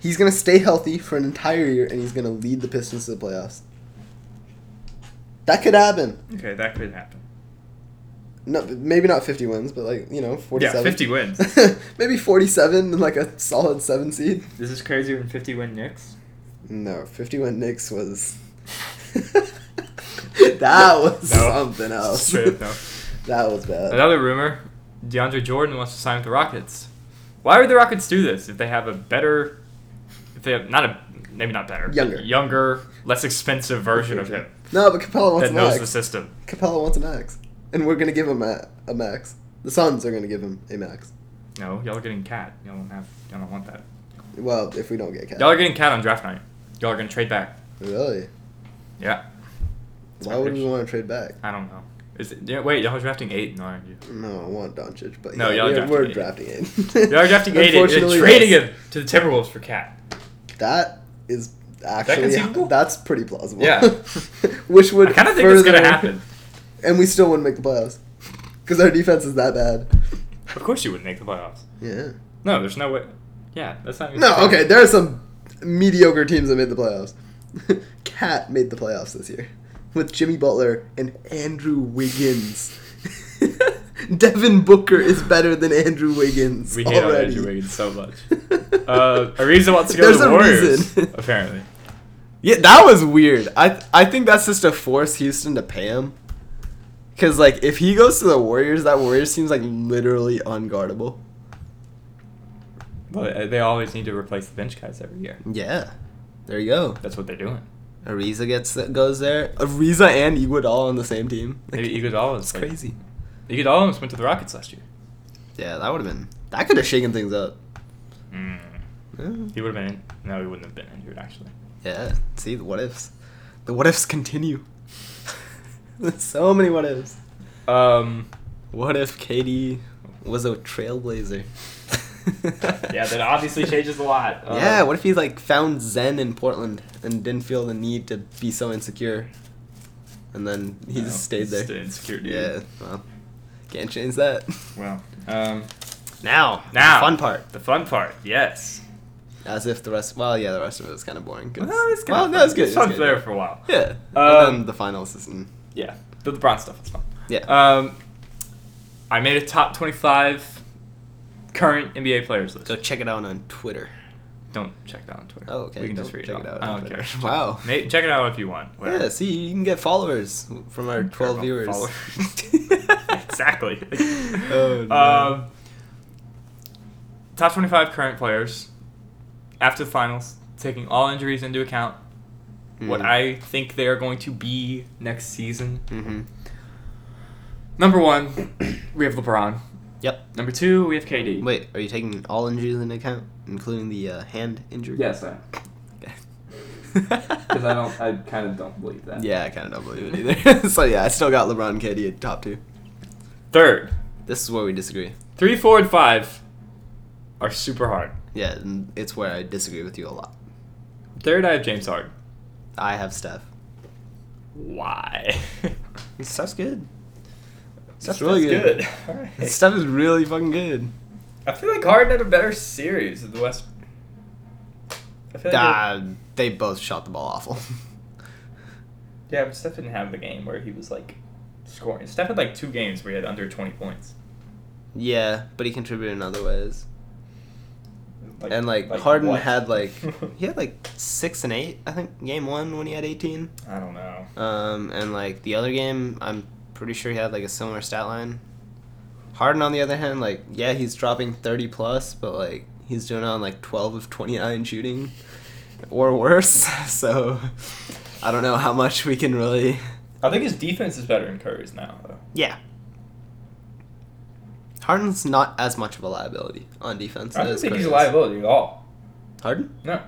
B: He's gonna stay healthy for an entire year, and he's gonna lead the Pistons to the playoffs. That could happen.
A: okay. That could happen.
B: No, maybe not 50 wins, but like you know, 47.
A: Yeah, fifty wins.
B: Maybe 47 and like a solid 7 seed.
A: This is crazier than fifty win Knicks.
B: No, 51 Knicks was. that was
A: No.
B: something else.
A: Straight up, no.
B: that was bad.
A: Another rumor: DeAndre Jordan wants to sign with the Rockets. Why would the Rockets do this if they have a better, if they have not a maybe not better, but
B: Younger.
A: younger, less expensive version of him
B: No, but Capella wants
A: that
B: an
A: knows the
B: max.
A: system?
B: Capella wants an max. And we're going to give him a, a max. The Suns are going to give him a max.
A: No, y'all are getting cat. Y'all don't have. Y'all don't want that.
B: Well, if we don't get Cat.
A: Y'all are getting cat on draft night. Y'all are gonna trade back.
B: Really?
A: Yeah. That's
B: Why
A: my
B: would we
A: prediction.
B: want to trade back?
A: I don't know. Is it, yeah, wait, y'all are drafting eight, no, aren't you?
B: No, I want Doncic, but
A: No,
B: yeah,
A: y'all
B: we're, we're
A: drafted
B: drafting it.
A: Y'all are drafting eight and and
B: Unfortunately,
A: trading
B: yes.
A: him to the Timberwolves for cat.
B: That is actually
A: conceivable?
B: that's pretty plausible.
A: Yeah.
B: which would
A: I kind of think it's gonna
B: further-
A: happen.
B: and we still wouldn't make the playoffs because our defense is that bad.
A: Of course, you wouldn't make the playoffs.
B: Yeah.
A: No, there's no way. Yeah, that's not. even-
B: No, okay. There are some mediocre teams that made the playoffs. Cat made the playoffs this year with Jimmy Butler and Andrew Wiggins. Devin Booker is better than Andrew Wiggins.
A: We hate on
B: already.
A: Andrew Wiggins so much. Uh, Ariza wants to go
B: There's
A: to the
B: a
A: Warriors,
B: reason.
A: apparently.
B: Yeah, that was weird. I I think that's just to force Houston to pay him. Cause like if he goes to the Warriors, that Warriors seems like literally unguardable.
A: But uh, they always need to replace the bench guys every year.
B: Yeah, there you go.
A: That's what they're doing.
B: Ariza gets goes there. Ariza and Iguodala on the same team. Like,
A: Maybe Iguodala
B: it's
A: is like,
B: crazy.
A: Iguodala almost went to the Rockets last year.
B: Yeah, that would have been that could have shaken things up.
A: Mm.
B: Yeah.
A: He would have been. In. No, he wouldn't have been injured actually.
B: Yeah. See the what ifs. The what ifs continue. There's so many what ifs.
A: Um,
B: What if KD was a trailblazer?
A: yeah, that obviously changes a lot. Uh,
B: yeah, what if he like found Zen in Portland and didn't feel the need to be so insecure, and then he
A: no,
B: just stayed there.
A: Stayed insecure, dude.
B: Yeah, well, Can't change that.
A: Well, um,
B: Now,
A: Now.
B: the fun part.
A: the fun part, yes.
B: As if the rest. Well, yeah, the rest of it was kind of boring. 'cause-
A: Well, it's
B: well,
A: kind
B: no, it's good.
A: It's
B: it's
A: fun
B: good.
A: there for a while.
B: Yeah.
A: Um,
B: and then the finals isn't.
A: Yeah, the LeBron stuff was fun.
B: Yeah.
A: Um, I made a top twenty-five current NBA players list.
B: Go check it out on Twitter.
A: Don't check that on Twitter.
B: Oh, okay.
A: We can
B: go
A: just read
B: check
A: it,
B: it out.
A: I
B: on
A: don't
B: Twitter.
A: care.
B: Wow.
A: May- check it out if you want. whatever.
B: Yeah, see, you can get followers from our 12 viewers.
A: Followers. exactly.
B: Oh, no.
A: um, top 25 current players after the finals, taking all injuries into account, what
B: Mm.
A: I think they are going to be next season.
B: hmm
A: Number one, we have LeBron.
B: Yep.
A: Number two, we have KD.
B: Wait, are you taking all injuries into account, including the uh, hand injury?
A: Yes, I.
B: Because
A: Because I don't. I kind of don't believe that.
B: Yeah, I kind of don't believe it either. so yeah, I still got LeBron and KD at top two.
A: Third,
B: This is where we disagree.
A: three, four, and five are super hard.
B: Yeah, and it's where I disagree with you a lot.
A: Third, I have James Harden.
B: I have Steph.
A: Why?
B: Steph's good.
A: That's
B: Steph's really good.
A: All right.
B: Steph is really fucking good.
A: I feel like Harden had a better series of the West. I feel like
B: Uh, they both shot the ball awful.
A: it- yeah, but Steph didn't have the game where he was like scoring. Steph had like two games where he had under twenty points.
B: yeah, but he contributed in other ways.
A: Like,
B: and like, Harden
A: what?
B: had like he had like six and eight, I think, game one when he had eighteen.
A: I don't know.
B: Um, and like the other game, I'm pretty sure he had like a similar stat line. Harden, on the other hand, like yeah, he's dropping thirty plus, but like he's doing it on like twelve of twenty nine shooting, or worse. So I don't know how much we can really.
A: I think his defense is better in Curry's now though.
B: Yeah. Harden's not as much of a liability on defense.
A: I don't
B: as
A: think
B: Curry
A: he's a
B: is.
A: liability at all.
B: Harden.
A: No.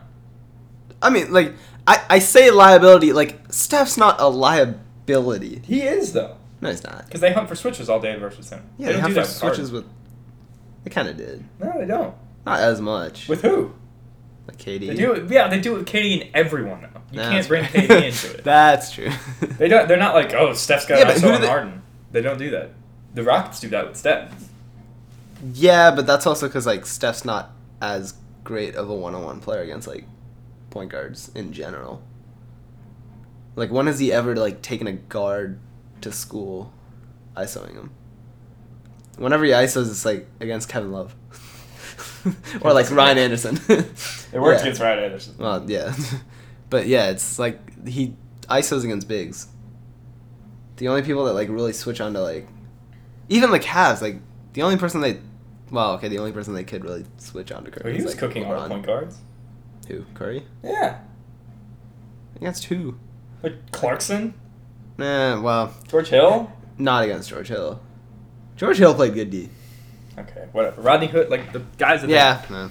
B: I mean, like, I, I say liability, like, Steph's not a liability.
A: He is though.
B: No, he's not.
A: Because they hunt for switches all day versus him.
B: Yeah,
A: they
B: they,
A: don't
B: have
A: do
B: to
A: that with
B: switches
A: Harden.
B: with. They kind of did.
A: No, they don't.
B: Not as much.
A: With who?
B: like KD.
A: They do it. Yeah, they do it with Katie and everyone though. You
B: Nah,
A: can't
B: that's
A: bring
B: right.
A: Katie into it.
B: That's true.
A: They don't. They're not like, oh, Steph's got
B: Yeah,
A: an
B: but
A: ISO
B: who do
A: on
B: they-
A: Harden. They don't do that. The Rockets do that with Steph.
B: yeah, but that's also because, like, Steph's not as great of a one on one player against, like, point guards in general. Like, when has he ever, like, taken a guard to school ISOing him? Whenever he ISOs, it's, like, against Kevin Love. or, like, Ryan Anderson.
A: It works
B: Yeah.
A: against Ryan Anderson.
B: Well, yeah, but yeah, it's like he isos against bigs. The only people that like really switch on to like, even like Cavs, like the only person they, well, okay, the only person they could really switch on to Curry.
A: Well, he
B: is,
A: was
B: like,
A: cooking all
B: LeBron.
A: the point guards.
B: Who Curry
A: Yeah,
B: against who?
A: like Clarkson,
B: Nah, well,
A: George Hill.
B: not against George Hill. George Hill played good D.
A: Okay, whatever. Rodney Hood, like the guys. That
B: Yeah. no.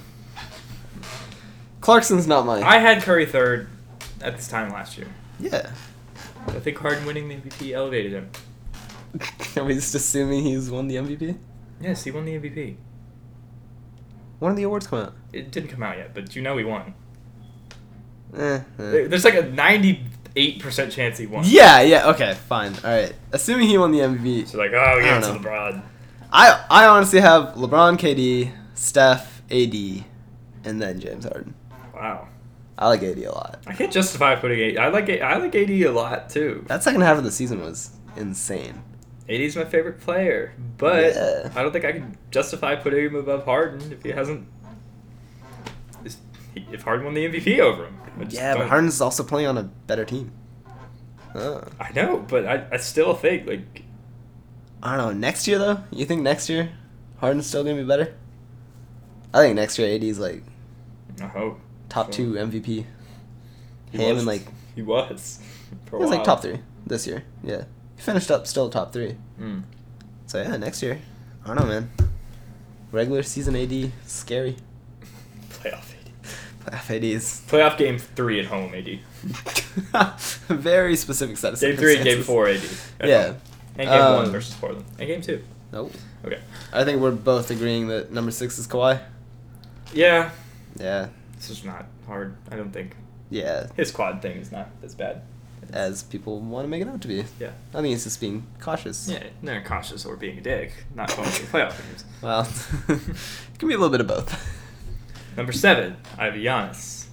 B: Clarkson's not mine.
A: I had Curry third at this time last year.
B: yeah.
A: I think Harden winning the MVP elevated him.
B: Are we just assuming he's won the MVP?
A: Yes, he won the MVP.
B: When did the awards come out?
A: It didn't come out yet, but you know he won.
B: Eh, eh.
A: There- There's like a 98% chance he won.
B: Yeah, yeah, okay, fine. All right. Assuming he won the MVP,
A: So like, oh yeah,
B: I
A: it's
B: don't know.
A: LeBron.
B: I I honestly have LeBron, KD, Steph, AD, and then James Harden.
A: Wow.
B: I like AD a lot.
A: I can't justify putting eight. I like A- I like AD a lot too.
B: That second half of the season was insane.
A: AD is my favorite player, but
B: Yeah.
A: I don't think I can justify putting him above Harden if he hasn't. is- he- If Harden won the MVP over him, I just
B: Yeah, but
A: don't-
B: Harden's also playing on a better team. Uh,
A: I know, but I, I still think like
B: I don't know. Next year though, you think next year Harden's still gonna be better? I think next year AD's like
A: I hope
B: top two MVP.
A: He
B: Him
A: was-
B: and like
A: he was. For a
B: he was like
A: while.
B: top three this year. Yeah, he finished up still top three.
A: Mm.
B: So yeah, next year. I don't know, man. Regular season AD, scary.
A: Playoff AD.
B: Playoff ADs.
A: Playoff game three at home AD.
B: Very specific set of
A: Game three and game
B: circumstances.
A: four AD. at
B: Yeah.
A: home. And game one
B: Um,
A: versus Portland. And game two.
B: Nope.
A: Okay.
B: I think we're both agreeing that number six is Kawhi.
A: Yeah.
B: Yeah.
A: This is not hard. I don't think
B: Yeah.
A: his quad thing is not as bad.
B: as people want to make it out to be.
A: Yeah.
B: I think it's just being cautious.
A: Yeah, they're cautious or being a dick, not going to the playoff games.
B: Well, it can be a little bit of both.
A: Number seven, I have Giannis.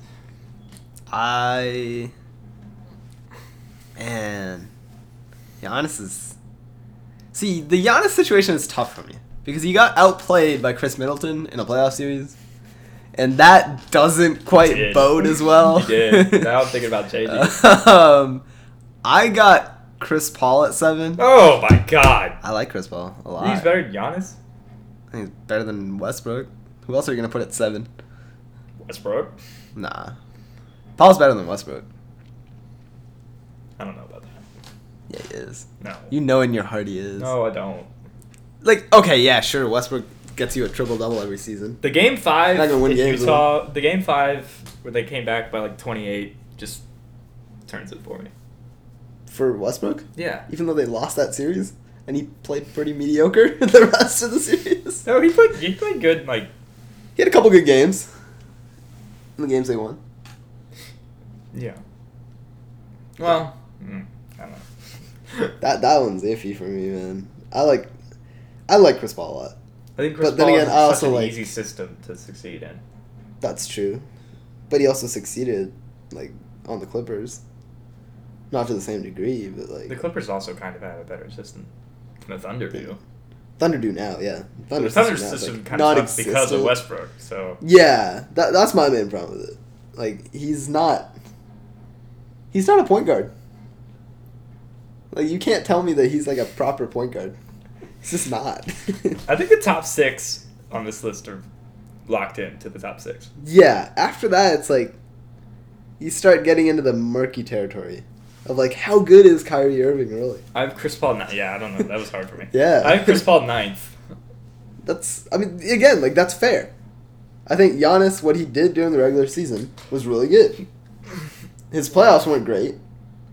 B: I. Man. Giannis is. See, the Giannis situation is tough for me because he got outplayed by Chris Middleton in a playoff series, and that doesn't quite
A: did.
B: bode as well.
A: You did. Now I'm thinking about JD.
B: um, I got Chris Paul at seven.
A: Oh my god.
B: I like Chris Paul a lot.
A: He's better than Giannis?
B: I think he's better than Westbrook. Who else are you gonna put at seven?
A: Westbrook?
B: Nah, Paul's better than Westbrook.
A: I don't know about that.
B: Yeah, he is.
A: No.
B: You know in your heart he is.
A: No, I don't.
B: Like, okay, yeah, sure. Westbrook gets you a triple double every season.
A: The game five
B: Not gonna win
A: in
B: games,
A: Utah, the game five where they came back by like 28 just turns it for me.
B: For Westbrook?
A: Yeah.
B: Even though they lost that series and he played pretty mediocre the rest of the series.
A: No, he played, he played good in like,
B: He had a couple good games. In the games they won.
A: yeah. Well, mm, I don't know.
B: That that one's iffy for me, man. I like I like Chris Paul a lot.
A: I think Chris
B: But then
A: Paul
B: again,
A: is
B: I
A: such
B: also
A: an
B: like-
A: easy system to succeed in.
B: That's true. But he also succeeded like on the Clippers. Not to the same degree, but like
A: The Clippers also kind of have a better system than the Thunder do.
B: Thunder do now, yeah.
A: The
B: Thunder
A: Thunder
B: now is,
A: system
B: like,
A: kind of sucks because of
B: non-existent.
A: Westbrook. So
B: Yeah, that, that's my main problem with it. Like he's not, he's not a point guard. Like you can't tell me that he's like a proper point guard. He's just not.
A: I think the top six on this list are locked in to the top six.
B: yeah, after that it's like, you start getting into the murky territory, of like how good is Kyrie Irving really?
A: I have Chris Paul. Ni- yeah, I don't know. That was hard for me.
B: Yeah.
A: I have Chris Paul ninth.
B: That's I mean again like that's fair. I think Giannis what he did during the regular season was really good. His playoffs weren't great,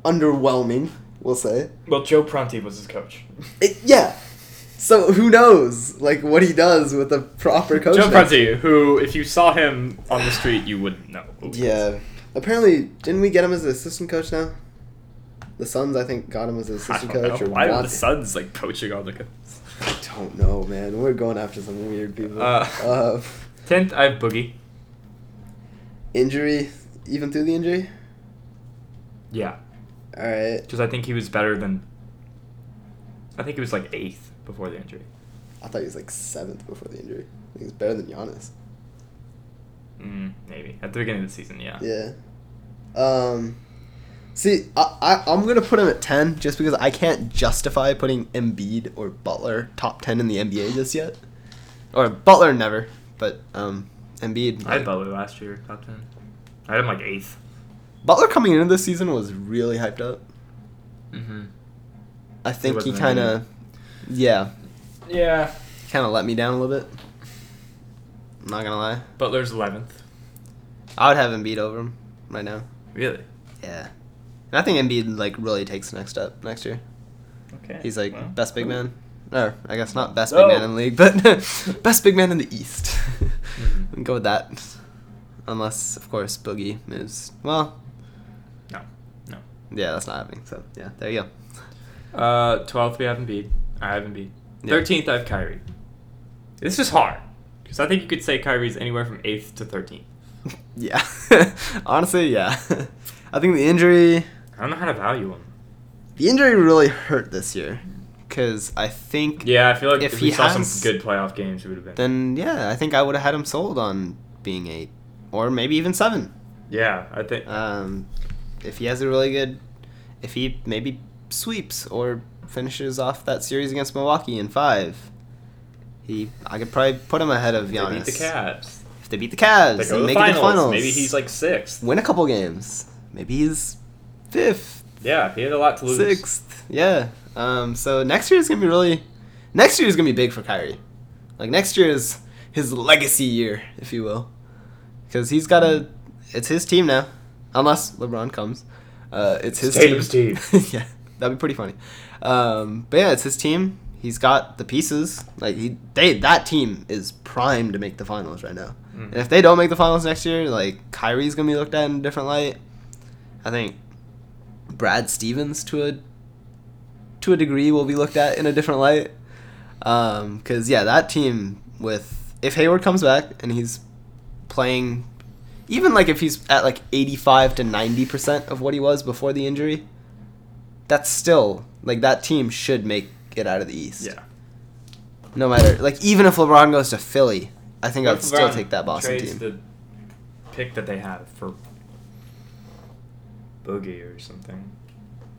B: underwhelming we'll say.
A: Well, Joe Prunty was his coach.
B: It, yeah. So who knows, like what he does with the proper coach?
A: Joe
B: next-
A: Prunty, who if you saw him on the street, you wouldn't know. who he was.
B: Yeah. Apparently, didn't we get him as an assistant coach now? The Suns, I think, got him as an
A: I
B: assistant
A: don't
B: coach.
A: know.
B: Or
A: Why are
B: want-
A: the Suns like poaching all the co-
B: I don't know, man. We're going after some weird people.
A: Uh.
B: Uh,
A: tenth? I have Boogie.
B: injury, even through the injury.
A: Yeah,
B: All right,
A: because I think he was better than. I think he was like eighth before the injury.
B: I thought he was like seventh before the injury. I think he's better than Giannis.
A: Mm, maybe at the beginning of the season. Yeah.
B: Yeah. Um, see, I, I I'm gonna put him at ten just because I can't justify putting Embiid or Butler top ten in the NBA just yet. Or Butler never, but um, Embiid.
A: I had Butler last year, top ten. I had him like eighth.
B: Butler coming into this season was really hyped up.
A: Mm-hmm.
B: I think he
A: wasn't
B: kind of, yeah,
A: Yeah.
B: kind of let me down a little bit. I'm not gonna lie,
A: Butler's eleventh.
B: I would have Embiid over him right now.
A: Really?
B: Yeah, and I think Embiid like really takes the next step next year.
A: Okay.
B: He's like
A: well,
B: best big
A: cool.
B: man. Or I guess not best
A: No.
B: big man in the league, but best big man in the East.
A: Mhm.
B: We can Go with that. Unless of course Boogie moves. Well,
A: No. No.
B: yeah, that's not happening. So yeah, there you go.
A: Uh, twelfth we have Embiid. I have Embiid.
B: Yeah.
A: Thirteenth I have Kyrie. This is hard because I think you could say Kyrie's anywhere from eighth to thirteenth.
B: Yeah. Honestly, yeah. I think the injury
A: I don't know how to value him.
B: the injury really hurt this year cuz I think
A: Yeah, I feel like if,
B: If
A: we
B: he
A: saw
B: has-
A: some good playoff games, we would have been.
B: then yeah, I think I would have had him sold on being 8 or maybe even 7.
A: yeah, I think.
B: Um, if he has a really good, if he maybe sweeps or finishes off that series against Milwaukee in five, he I could probably put him ahead of
A: they beat
B: Giannis.
A: the Cavs.
B: If they beat the Cavs,
A: They go to
B: and
A: the
B: make
A: finals.
B: it to the finals.
A: Maybe he's like sixth.
B: win a couple games. Maybe he's fifth,
A: Yeah, he had a lot to lose.
B: sixth. Yeah. Um. So next year is gonna be really. Next year is gonna be big for Kyrie. Like next year is his legacy year, if you will, because he's got to It's his team now, unless LeBron comes. Uh, it's his
A: Tatum's
B: team.
A: team.
B: yeah, that'd be pretty funny. Um, but yeah, it's his team. He's got the pieces. Like he, they that team is primed to make the finals right now.
A: Mm.
B: And if they don't make the finals next year, like Kyrie's gonna be looked at in a different light. I think Brad Stevens to a to a degree will be looked at in a different light. Because yeah, that team with if Hayward comes back and he's playing, even like if he's at like eighty five to ninety percent of what he was before the injury, that's still like that team should make it out of the East.
A: Yeah.
B: No matter like even if LeBron goes to Philly, I think I'd
A: If
B: still
A: LeBron
B: take that Boston
A: trades
B: team.
A: The pick that they have for Boogie or something.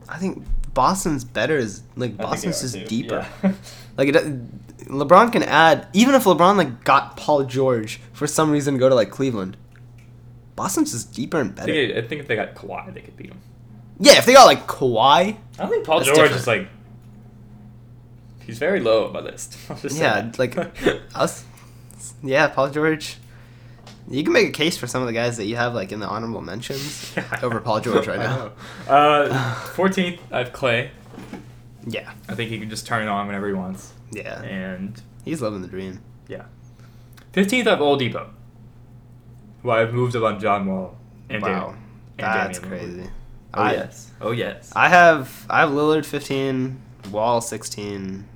B: I think Boston's better is like
A: I think they
B: Boston's
A: are
B: is
A: too,
B: deeper.
A: yeah.
B: Like it, LeBron can add even if LeBron like got Paul George for some reason to go to like Cleveland. Boston's just deeper and
A: I,
B: better.
A: think, I think if they got Kawhi, they could beat him.
B: yeah, if they got like Kawhi,
A: I don't think Paul
B: That's
A: George
B: different.
A: is like. He's very low on my list. I'll just say
B: yeah,
A: that.
B: like us, yeah, Paul George. You can make a case for some of the guys that you have like in the honorable mentions over Paul George right
A: I
B: now.
A: know. Uh, 14th, I have Clay.
B: Yeah,
A: I think he can just turn it on whenever he wants.
B: yeah,
A: And
B: he's living the dream.
A: yeah. 15th, I have Old Depot. Who I've moved up on John Wall. And
B: wow,
A: Damian- and
B: that's
A: Damian Lillard.
B: crazy.
A: Oh,
B: I-
A: yes. Oh, yes.
B: I have I have Lillard fifteen, Wall sixteen,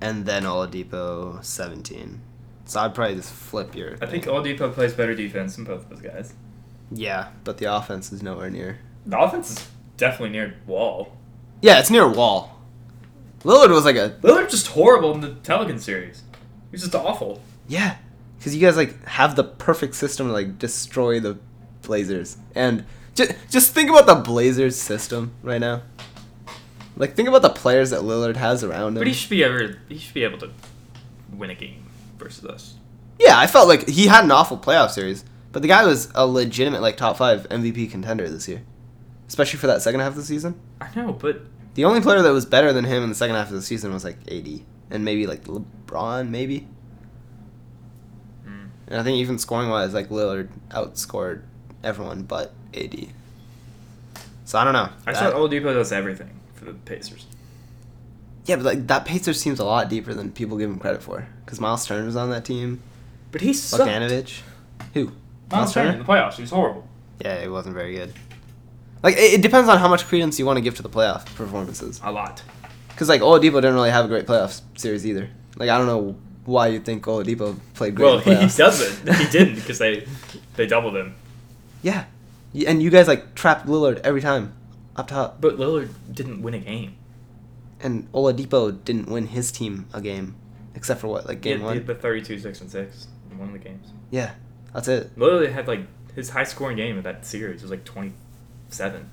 B: and then Oladipo seventeen. So I'd probably just flip your.
A: I think
B: thing.
A: Oladipo plays better defense than both those guys.
B: Yeah, but the offense is nowhere near.
A: The offense is definitely near Wall.
B: Yeah, it's near Wall. Lillard was like a
A: Lillard's just horrible in the Pelican series. He's just awful.
B: yeah, because you guys like have the perfect system to like destroy the Blazers, and just just think about the Blazers system right now. Like think about the players that Lillard has around him.
A: But he should be ever. He should be able to win a game versus us.
B: Yeah, I felt like he had an awful playoff series, but the guy was a legitimate like top five MVP contender this year, especially for that second half of the season.
A: I know, but
B: The only player that was better than him in the second half of the season was like AD, and maybe like LeBron, maybe.
A: mm,
B: And I think even scoring wise, like Lillard outscored everyone but AD. So I don't know.
A: I
B: That-
A: thought Oladipo does everything for the Pacers.
B: yeah, but like that Pacers team's a lot deeper than people give him credit for, because Miles Turner was on that team.
A: But he sucked.
B: Bogdanovich, who?
A: Miles Turner in the playoffs. He was horrible.
B: Yeah, it wasn't very good. Like it, it depends on how much credence you want to give to the playoff performances.
A: A lot.
B: Because like Oladipo didn't really have a great playoff series either. Like I don't know why you think Oladipo played great.
A: well,
B: in the
A: he
B: playoffs.
A: doesn't. he didn't because they they doubled him.
B: yeah, Y- and you guys like trapped Lillard every time up top,
A: But Lillard didn't win a game.
B: and Oladipo didn't win his team a game, except for what like
A: He
B: game
A: had- he had
B: one.
A: the 32 6 and 6 and won the games.
B: yeah, that's it.
A: Lillard had like his high scoring game of that series was like 27.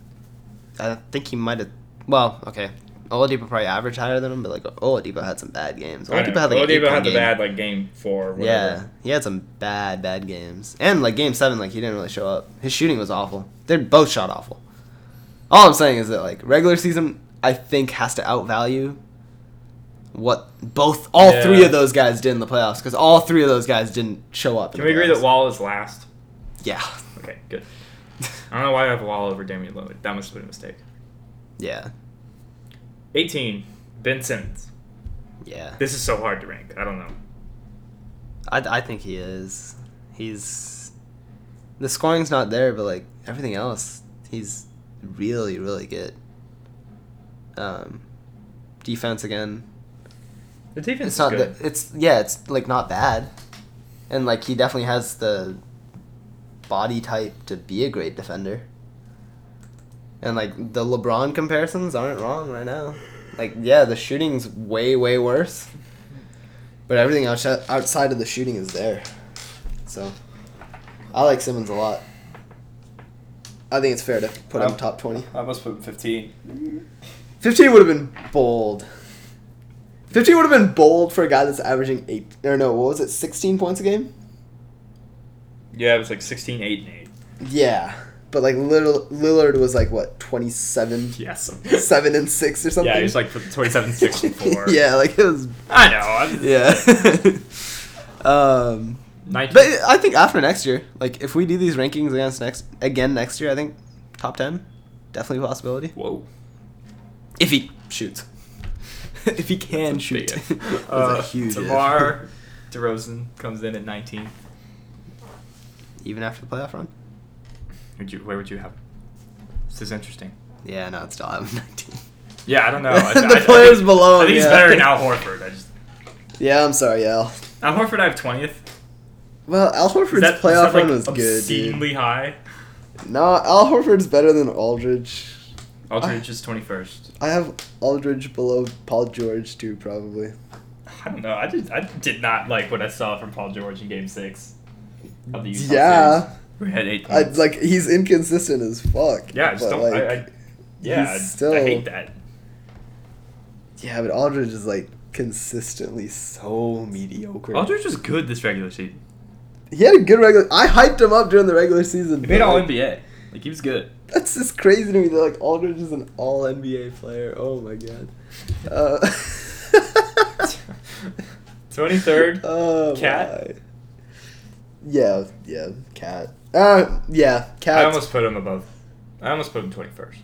B: I think he might have. Well, okay. Oladipo probably averaged higher than him, but like Oladipo had some bad games.
A: I know.
B: Oladipo had like an
A: Oladipo
B: eight-point
A: had the
B: game.
A: bad like game four. Or
B: Yeah,
A: whatever.
B: he had some bad, bad games. And like game seven, like he didn't really show up. His shooting was awful. They both shot awful. All I'm saying is that like regular season, I think has to outvalue what both all
A: Yeah.
B: three of those guys did in the playoffs because all three of those guys didn't show up. in
A: Can
B: the
A: we agree
B: playoffs.
A: that Wall is last?
B: Yeah,
A: Okay, good. I don't know why I have Wall over Damian Lillard. That must have been a mistake.
B: yeah,
A: 18, Ben Simmons.
B: yeah.
A: This is so hard to rank. I don't know.
B: I I think he is. He's the scoring's not there, but like everything else, he's really, really good. Um, defense again.
A: The defense
B: it's not
A: is good.
B: that it's yeah it's like not bad and like he definitely has the body type to be a great defender and like the lebron comparisons aren't wrong right now like yeah the shooting's way way worse but everything outside outside of the shooting is there so i like simmons a lot i think it's fair to put him
A: Um,
B: top 20
A: I must put 15.
B: 15 would have been bold. 15 would have been bold for a guy that's averaging 8 or no, what was it? 16 points a game?
A: Yeah, it was like 16, 8, and 8.
B: Yeah. But like Lil- Lillard was like what? 27
A: Yes.
B: 7 and 6 or something.
A: Yeah, he was like 27, 6, and 4.
B: yeah, like it was
A: I know. I'm,
B: yeah. um
A: 19.
B: but I think after next year, like if we do these rankings against next again next year, I think top 10 definitely a possibility.
A: Whoa.
B: If he shoots. if he can
A: That's a big
B: shoot.
A: if.
B: That's a
A: Uh,
B: huge if.
A: Tamar DeRozan comes in at 19.
B: even after the playoff run.
A: Would you, where would you have This is interesting.
B: Yeah, no, it's still having 19.
A: Yeah, I don't know. I,
B: The
A: I- I
B: players
A: think-
B: below
A: I
B: him,
A: think he's
B: yeah.
A: better than Al Horford. I just
B: Yeah, I'm sorry, Al.
A: Al Horford, I have twentieth.
B: Well, Al Horford's
A: That is
B: playoff
A: that, like,
B: run was good. dude.
A: obscenely high.
B: No, Al Horford's better than Aldridge.
A: Aldridge is twenty first.
B: I have Aldridge below Paul George too, probably.
A: I don't know. I did. I did not like what I saw from Paul George in Game Six of the Utah
B: yeah,
A: series. We had eight
B: I,
A: points.
B: like he's inconsistent as fuck.
A: yeah, I just
B: but,
A: don't.
B: like,
A: I, I, yeah, I,
B: he's still-
A: I hate that.
B: yeah, but Aldridge is like consistently so mediocre.
A: Aldridge was good this regular season.
B: He had a good regular. I hyped him up during the regular
A: He
B: season. but,
A: made All
B: like,
A: NBA. Like he was good.
B: That's just crazy to me that like Aldridge is an All NBA player. Oh my god. Uh,
A: Twenty third.
B: Oh
A: Cat?
B: my. Yeah, yeah, cat. Uh, yeah, cat.
A: I
B: I,
A: almost put him above. I almost put him twenty first.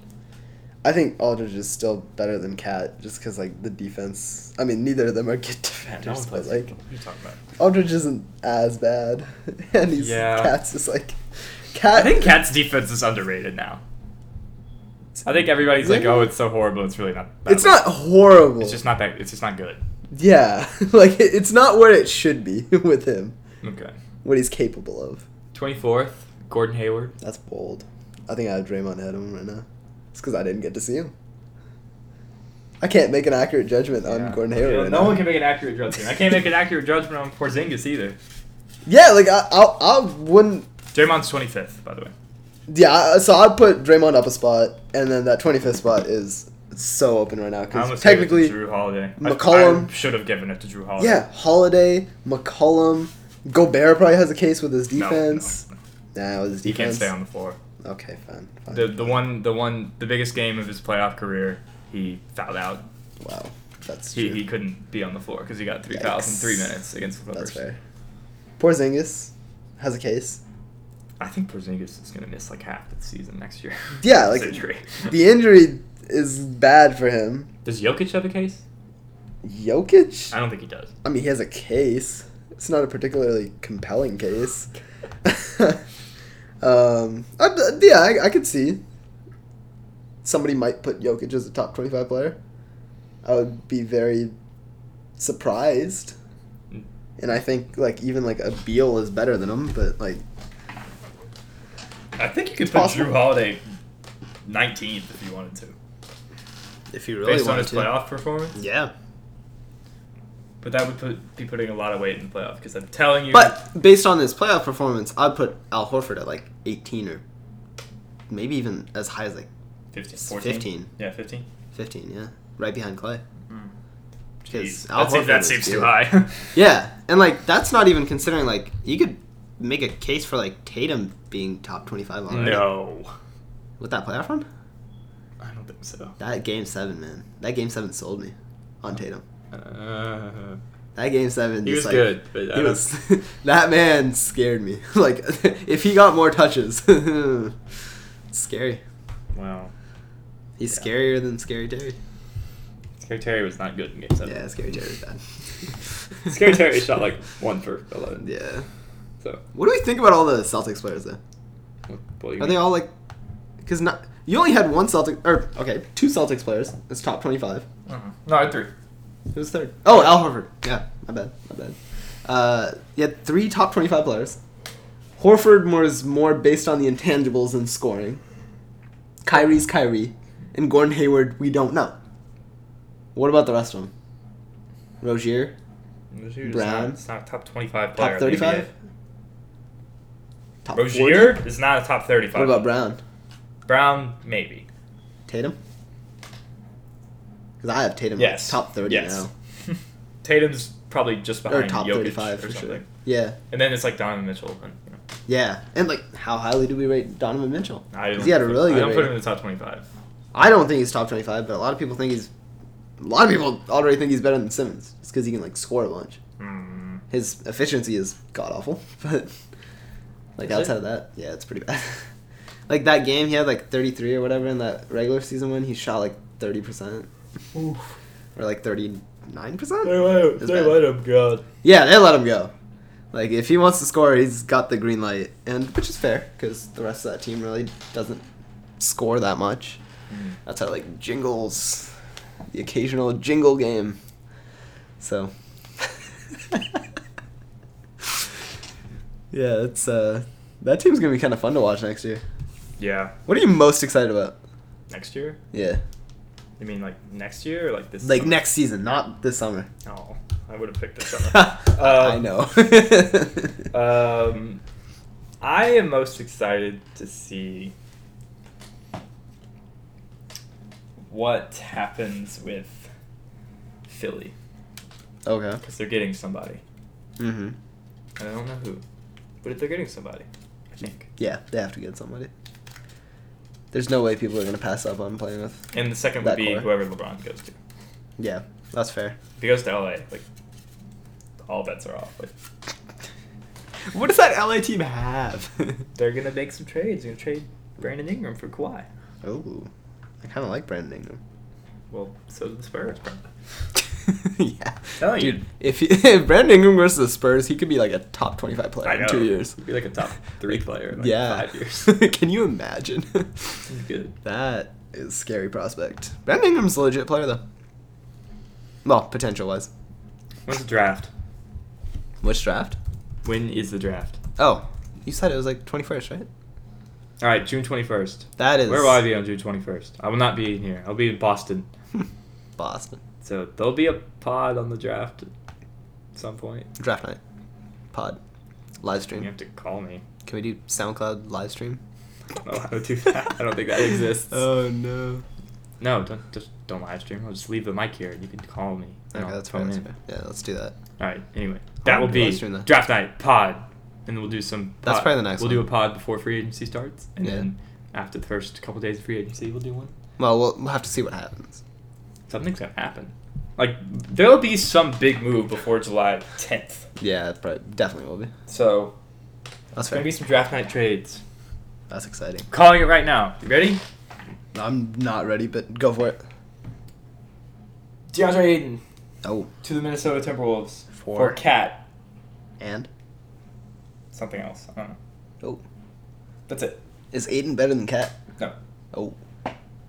B: think Aldridge is still better than cat, just because like the defense. I mean, neither of them are good defenders, but like
A: what are you talking about?
B: Aldridge isn't as bad, and he's
A: Yeah.
B: cat's just like
A: I
B: cat.
A: think Cat's defense is underrated now. I think everybody's like,
B: Really?
A: oh, it's so horrible. It's really not. that
B: it's
A: bad.
B: not horrible.
A: It's just not that. It's just not good.
B: yeah, like it, it's not where it should be with him.
A: Okay.
B: What he's capable of.
A: Twenty fourth. Gordon Hayward.
B: That's bold. I think I have Draymond ahead of him right now. It's because I didn't get to see him. I can't make an accurate judgment on Gordon Hayward
A: Yeah,
B: right
A: no
B: now.
A: one can make an accurate judgment. I can't make an accurate judgment on Porzingis either.
B: Yeah, like I, I, I wouldn't.
A: Draymond's 25th, by the way.
B: Yeah, I- so I'd put Draymond up a spot, and then that 25th spot is so open right now
A: I
B: because
A: almost gave it to
B: technically,
A: Drew Holiday. I-
B: McCollum-
A: I should have given it to Drew Holiday.
B: yeah, Holiday, McCollum, Gobert probably has a case with his
A: No, no,
B: defense.
A: no.
B: Nah, with his
A: He can't
B: defense.
A: stay on the floor.
B: Okay, fine. fine.
A: The the one the one the biggest game of his playoff career, he fouled out.
B: wow, that's
A: He,
B: true.
A: he couldn't be on the floor because he got three fouls in
B: Yikes.
A: three minutes against the
B: that's
A: Clippers.
B: fair. Porzingis has a case.
A: I think Porzingis is gonna miss like half the season next year.
B: Yeah,
A: His
B: like
A: injury.
B: the injury is bad for him.
A: Does Jokic have a case?
B: Jokic?
A: I don't think he does.
B: I mean, he has a case. It's not a particularly compelling case. um, I, yeah, I, I could see. Somebody might put Jokic as a top 25 player. I would be very surprised. And I think, like, even, like, a Beal is better than him, but, like,
A: I think you could
B: It's
A: put
B: possible.
A: Drew Holiday 19th if you wanted to,
B: if you
A: based on his playoff performance.
B: Yeah.
A: But that would put, be putting a lot of weight in the playoff because I'm telling you,
B: But based on his playoff performance, I'd put Al Horford at, like, 18 or maybe even as high as, like,
A: 15,
B: it's
A: 14?
B: 15.
A: Yeah, 15.
B: 15, yeah. Right behind Clay.
A: Mm.
B: 'Cause
A: Jeez,
B: Al
A: that seems, that
B: Horford
A: seems
B: is
A: too
B: good.
A: high.
B: Yeah, and like that's not even considering like you could make a case for like Tatum being top twenty five already
A: no,
B: with that playoff run.
A: I don't think so.
B: That game seven, man. That game seven sold me on Tatum.
A: Uh,
B: That game seven.
A: he
B: just,
A: was
B: like,
A: good, but I
B: He
A: don't-
B: was, that man scared me. like if he got more touches, scary.
A: wow.
B: He's
A: Yeah.
B: scarier than Scary Terry.
A: Scary Terry was not good in game seven.
B: Yeah, Scary Terry's bad.
A: Scary Terry shot like one for eleven.
B: Yeah.
A: So
B: What do we think about all the Celtics players though?
A: what, what do you
B: Are
A: mean?
B: they all like? Because not you only had one Celtic or okay two Celtics players. It's top twenty five.
A: Mhm. No, I had three.
B: Who's third? Oh, Al Horford. Yeah, my bad, my bad. Uh, you had three top twenty five players. Horford was more based on the intangibles than scoring. Kyrie's Kyrie, and Gordon Hayward. We don't know. What about the rest of them? Rozier,
A: This dude's
B: Brown.
A: not- It's not a top twenty-five player.
B: top
A: in the
B: thirty five.
A: NBA.
B: Top 40?
A: Rozier is not a top thirty-five.
B: What about Brown?
A: Brown? Maybe.
B: Tatum. Because I have Tatum like,
A: Yes.
B: top thirty
A: Yes.
B: now.
A: Tatum's probably just behind
B: or top
A: Jokic
B: 35
A: or
B: for
A: something.
B: sure. Yeah,
A: And then it's like Donovan Mitchell. And, you know,
B: yeah, and like how highly do we rate Donovan Mitchell?
A: I
B: 'Cause
A: don't
B: he had a
A: put-
B: really
A: I
B: good.
A: don't put him
B: rating.
A: in the top twenty-five.
B: I don't think he's top twenty-five, but a lot of people think he's. A lot of people already think he's better than Simmons just because he can like score a bunch.
A: Hmm.
B: His efficiency is god awful, but like
A: Is it?
B: outside of that, yeah, it's pretty bad. like that game, he had like thirty-three or whatever in that regular season one. He shot like thirty percent or like thirty-nine percent. It's they bad. let
A: him go.
B: Yeah, they let him go. Like if he wants to score, he's got the green light, and which is fair because the rest of that team really doesn't score that much.
A: Mm.
B: That's how like jingles, the occasional jingle game. So. yeah, that's uh, that team's gonna be kind of fun to watch next year.
A: Yeah.
B: What are you most excited about?
A: Next year?
B: Yeah,
A: You mean like next year or like this?
B: like
A: summer?
B: next season, not this summer.
A: Oh, I would have picked this summer.
B: I know.
A: um, I am most excited to see what happens with Philly
B: okay.
A: because they're getting somebody.
B: hmm
A: I don't know who, but if they're getting somebody, I think.
B: Yeah, they have to get somebody. There's no way people are gonna pass up on playing with.
A: And the second
B: That
A: would be
B: core.
A: whoever LeBron goes to.
B: Yeah, that's fair.
A: If he goes to LA, like all bets are off. Like
B: What does that LA team have?
A: they're gonna make some trades. They're gonna trade Brandon Ingram for Kawhi.
B: oh, I kind of like Brandon Ingram.
A: Well, so do the Spurs. probably.
B: yeah,
A: Telling you.
B: dude. If, he, if Brandon Ingram goes to the Spurs, he could be like a top twenty-five player
A: I
B: in
A: know.
B: two years.
A: He'd be like a top three player in, like,
B: yeah,
A: five years.
B: Can you imagine?
A: He's good.
B: that is a scary prospect. Brandon Ingram's a legit player though. Well, potential wise.
A: When's the draft?
B: Which draft?
A: When is the draft?
B: Oh, you said it was like twenty first, right?
A: All right, June twenty first.
B: That is
A: Where will I be on June twenty first? I will not be in here. I'll be in Boston.
B: Boston
A: So there'll be a pod on the draft at some point.
B: draft night pod live stream.
A: You have to call me.
B: Can we do SoundCloud live stream?
A: Oh, I don't wanna do that. I don't think that exists.
B: Oh no.
A: No, don't just don't live stream. I'll just leave the mic here. and You can call Oh, me.
B: Okay,
A: No,
B: that's
A: phone
B: fine. that's
A: in.
B: fair. Yeah, let's do that.
A: All right. Anyway, that
B: wanna
A: will
B: do
A: be
B: live stream then.
A: draft night pod, and we'll do some.
B: That's
A: pod-
B: probably the next
A: We'll
B: one.
A: do a pod before free agency starts, and
B: Yeah.
A: then after the first couple days of free agency, we'll do one.
B: Well, we'll, we'll have to see what happens.
A: Something's gonna happen. Like there'll be some big move before July 10th.
B: Yeah, it probably definitely will be.
A: So
B: That's
A: there's gonna
B: fair.
A: be some draft night trades.
B: That's exciting.
A: Calling it right now. You ready?
B: I'm not ready, but go for it.
A: DeAndre Ayton
B: Oh,
A: to the Minnesota Timberwolves
B: For-
A: for Cat.
B: and
A: Something else. I don't know.
B: oh,
A: That's it.
B: is Aiden better than Cat?
A: No.
B: Oh,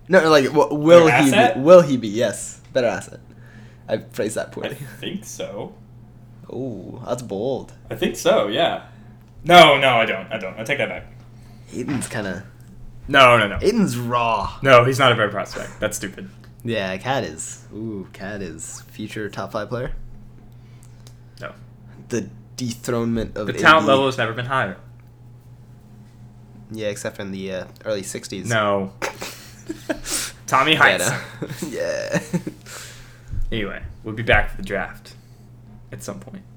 B: no, no, like w- will
A: Better
B: he? Be,
A: asset?
B: will he be? Yes, better asset. I phrased that
A: I
B: poorly.
A: think so.
B: Oh, that's bold.
A: I think so. Yeah. No, no, I don't. I don't. I take that back.
B: Aiden's kind of
A: No, no, no.
B: Aiden's raw.
A: No, he's not a better prospect. That's stupid.
B: Yeah, Cat is. Ooh, Cat is future top five player.
A: No.
B: The dethronement of
A: The
B: AD.
A: talent level has never been higher.
B: Yeah, except in the uh, early '60s.
A: No. Tommy Heights.
B: Yeah. no. yeah.
A: Anyway, we'll be back for the draft at some point.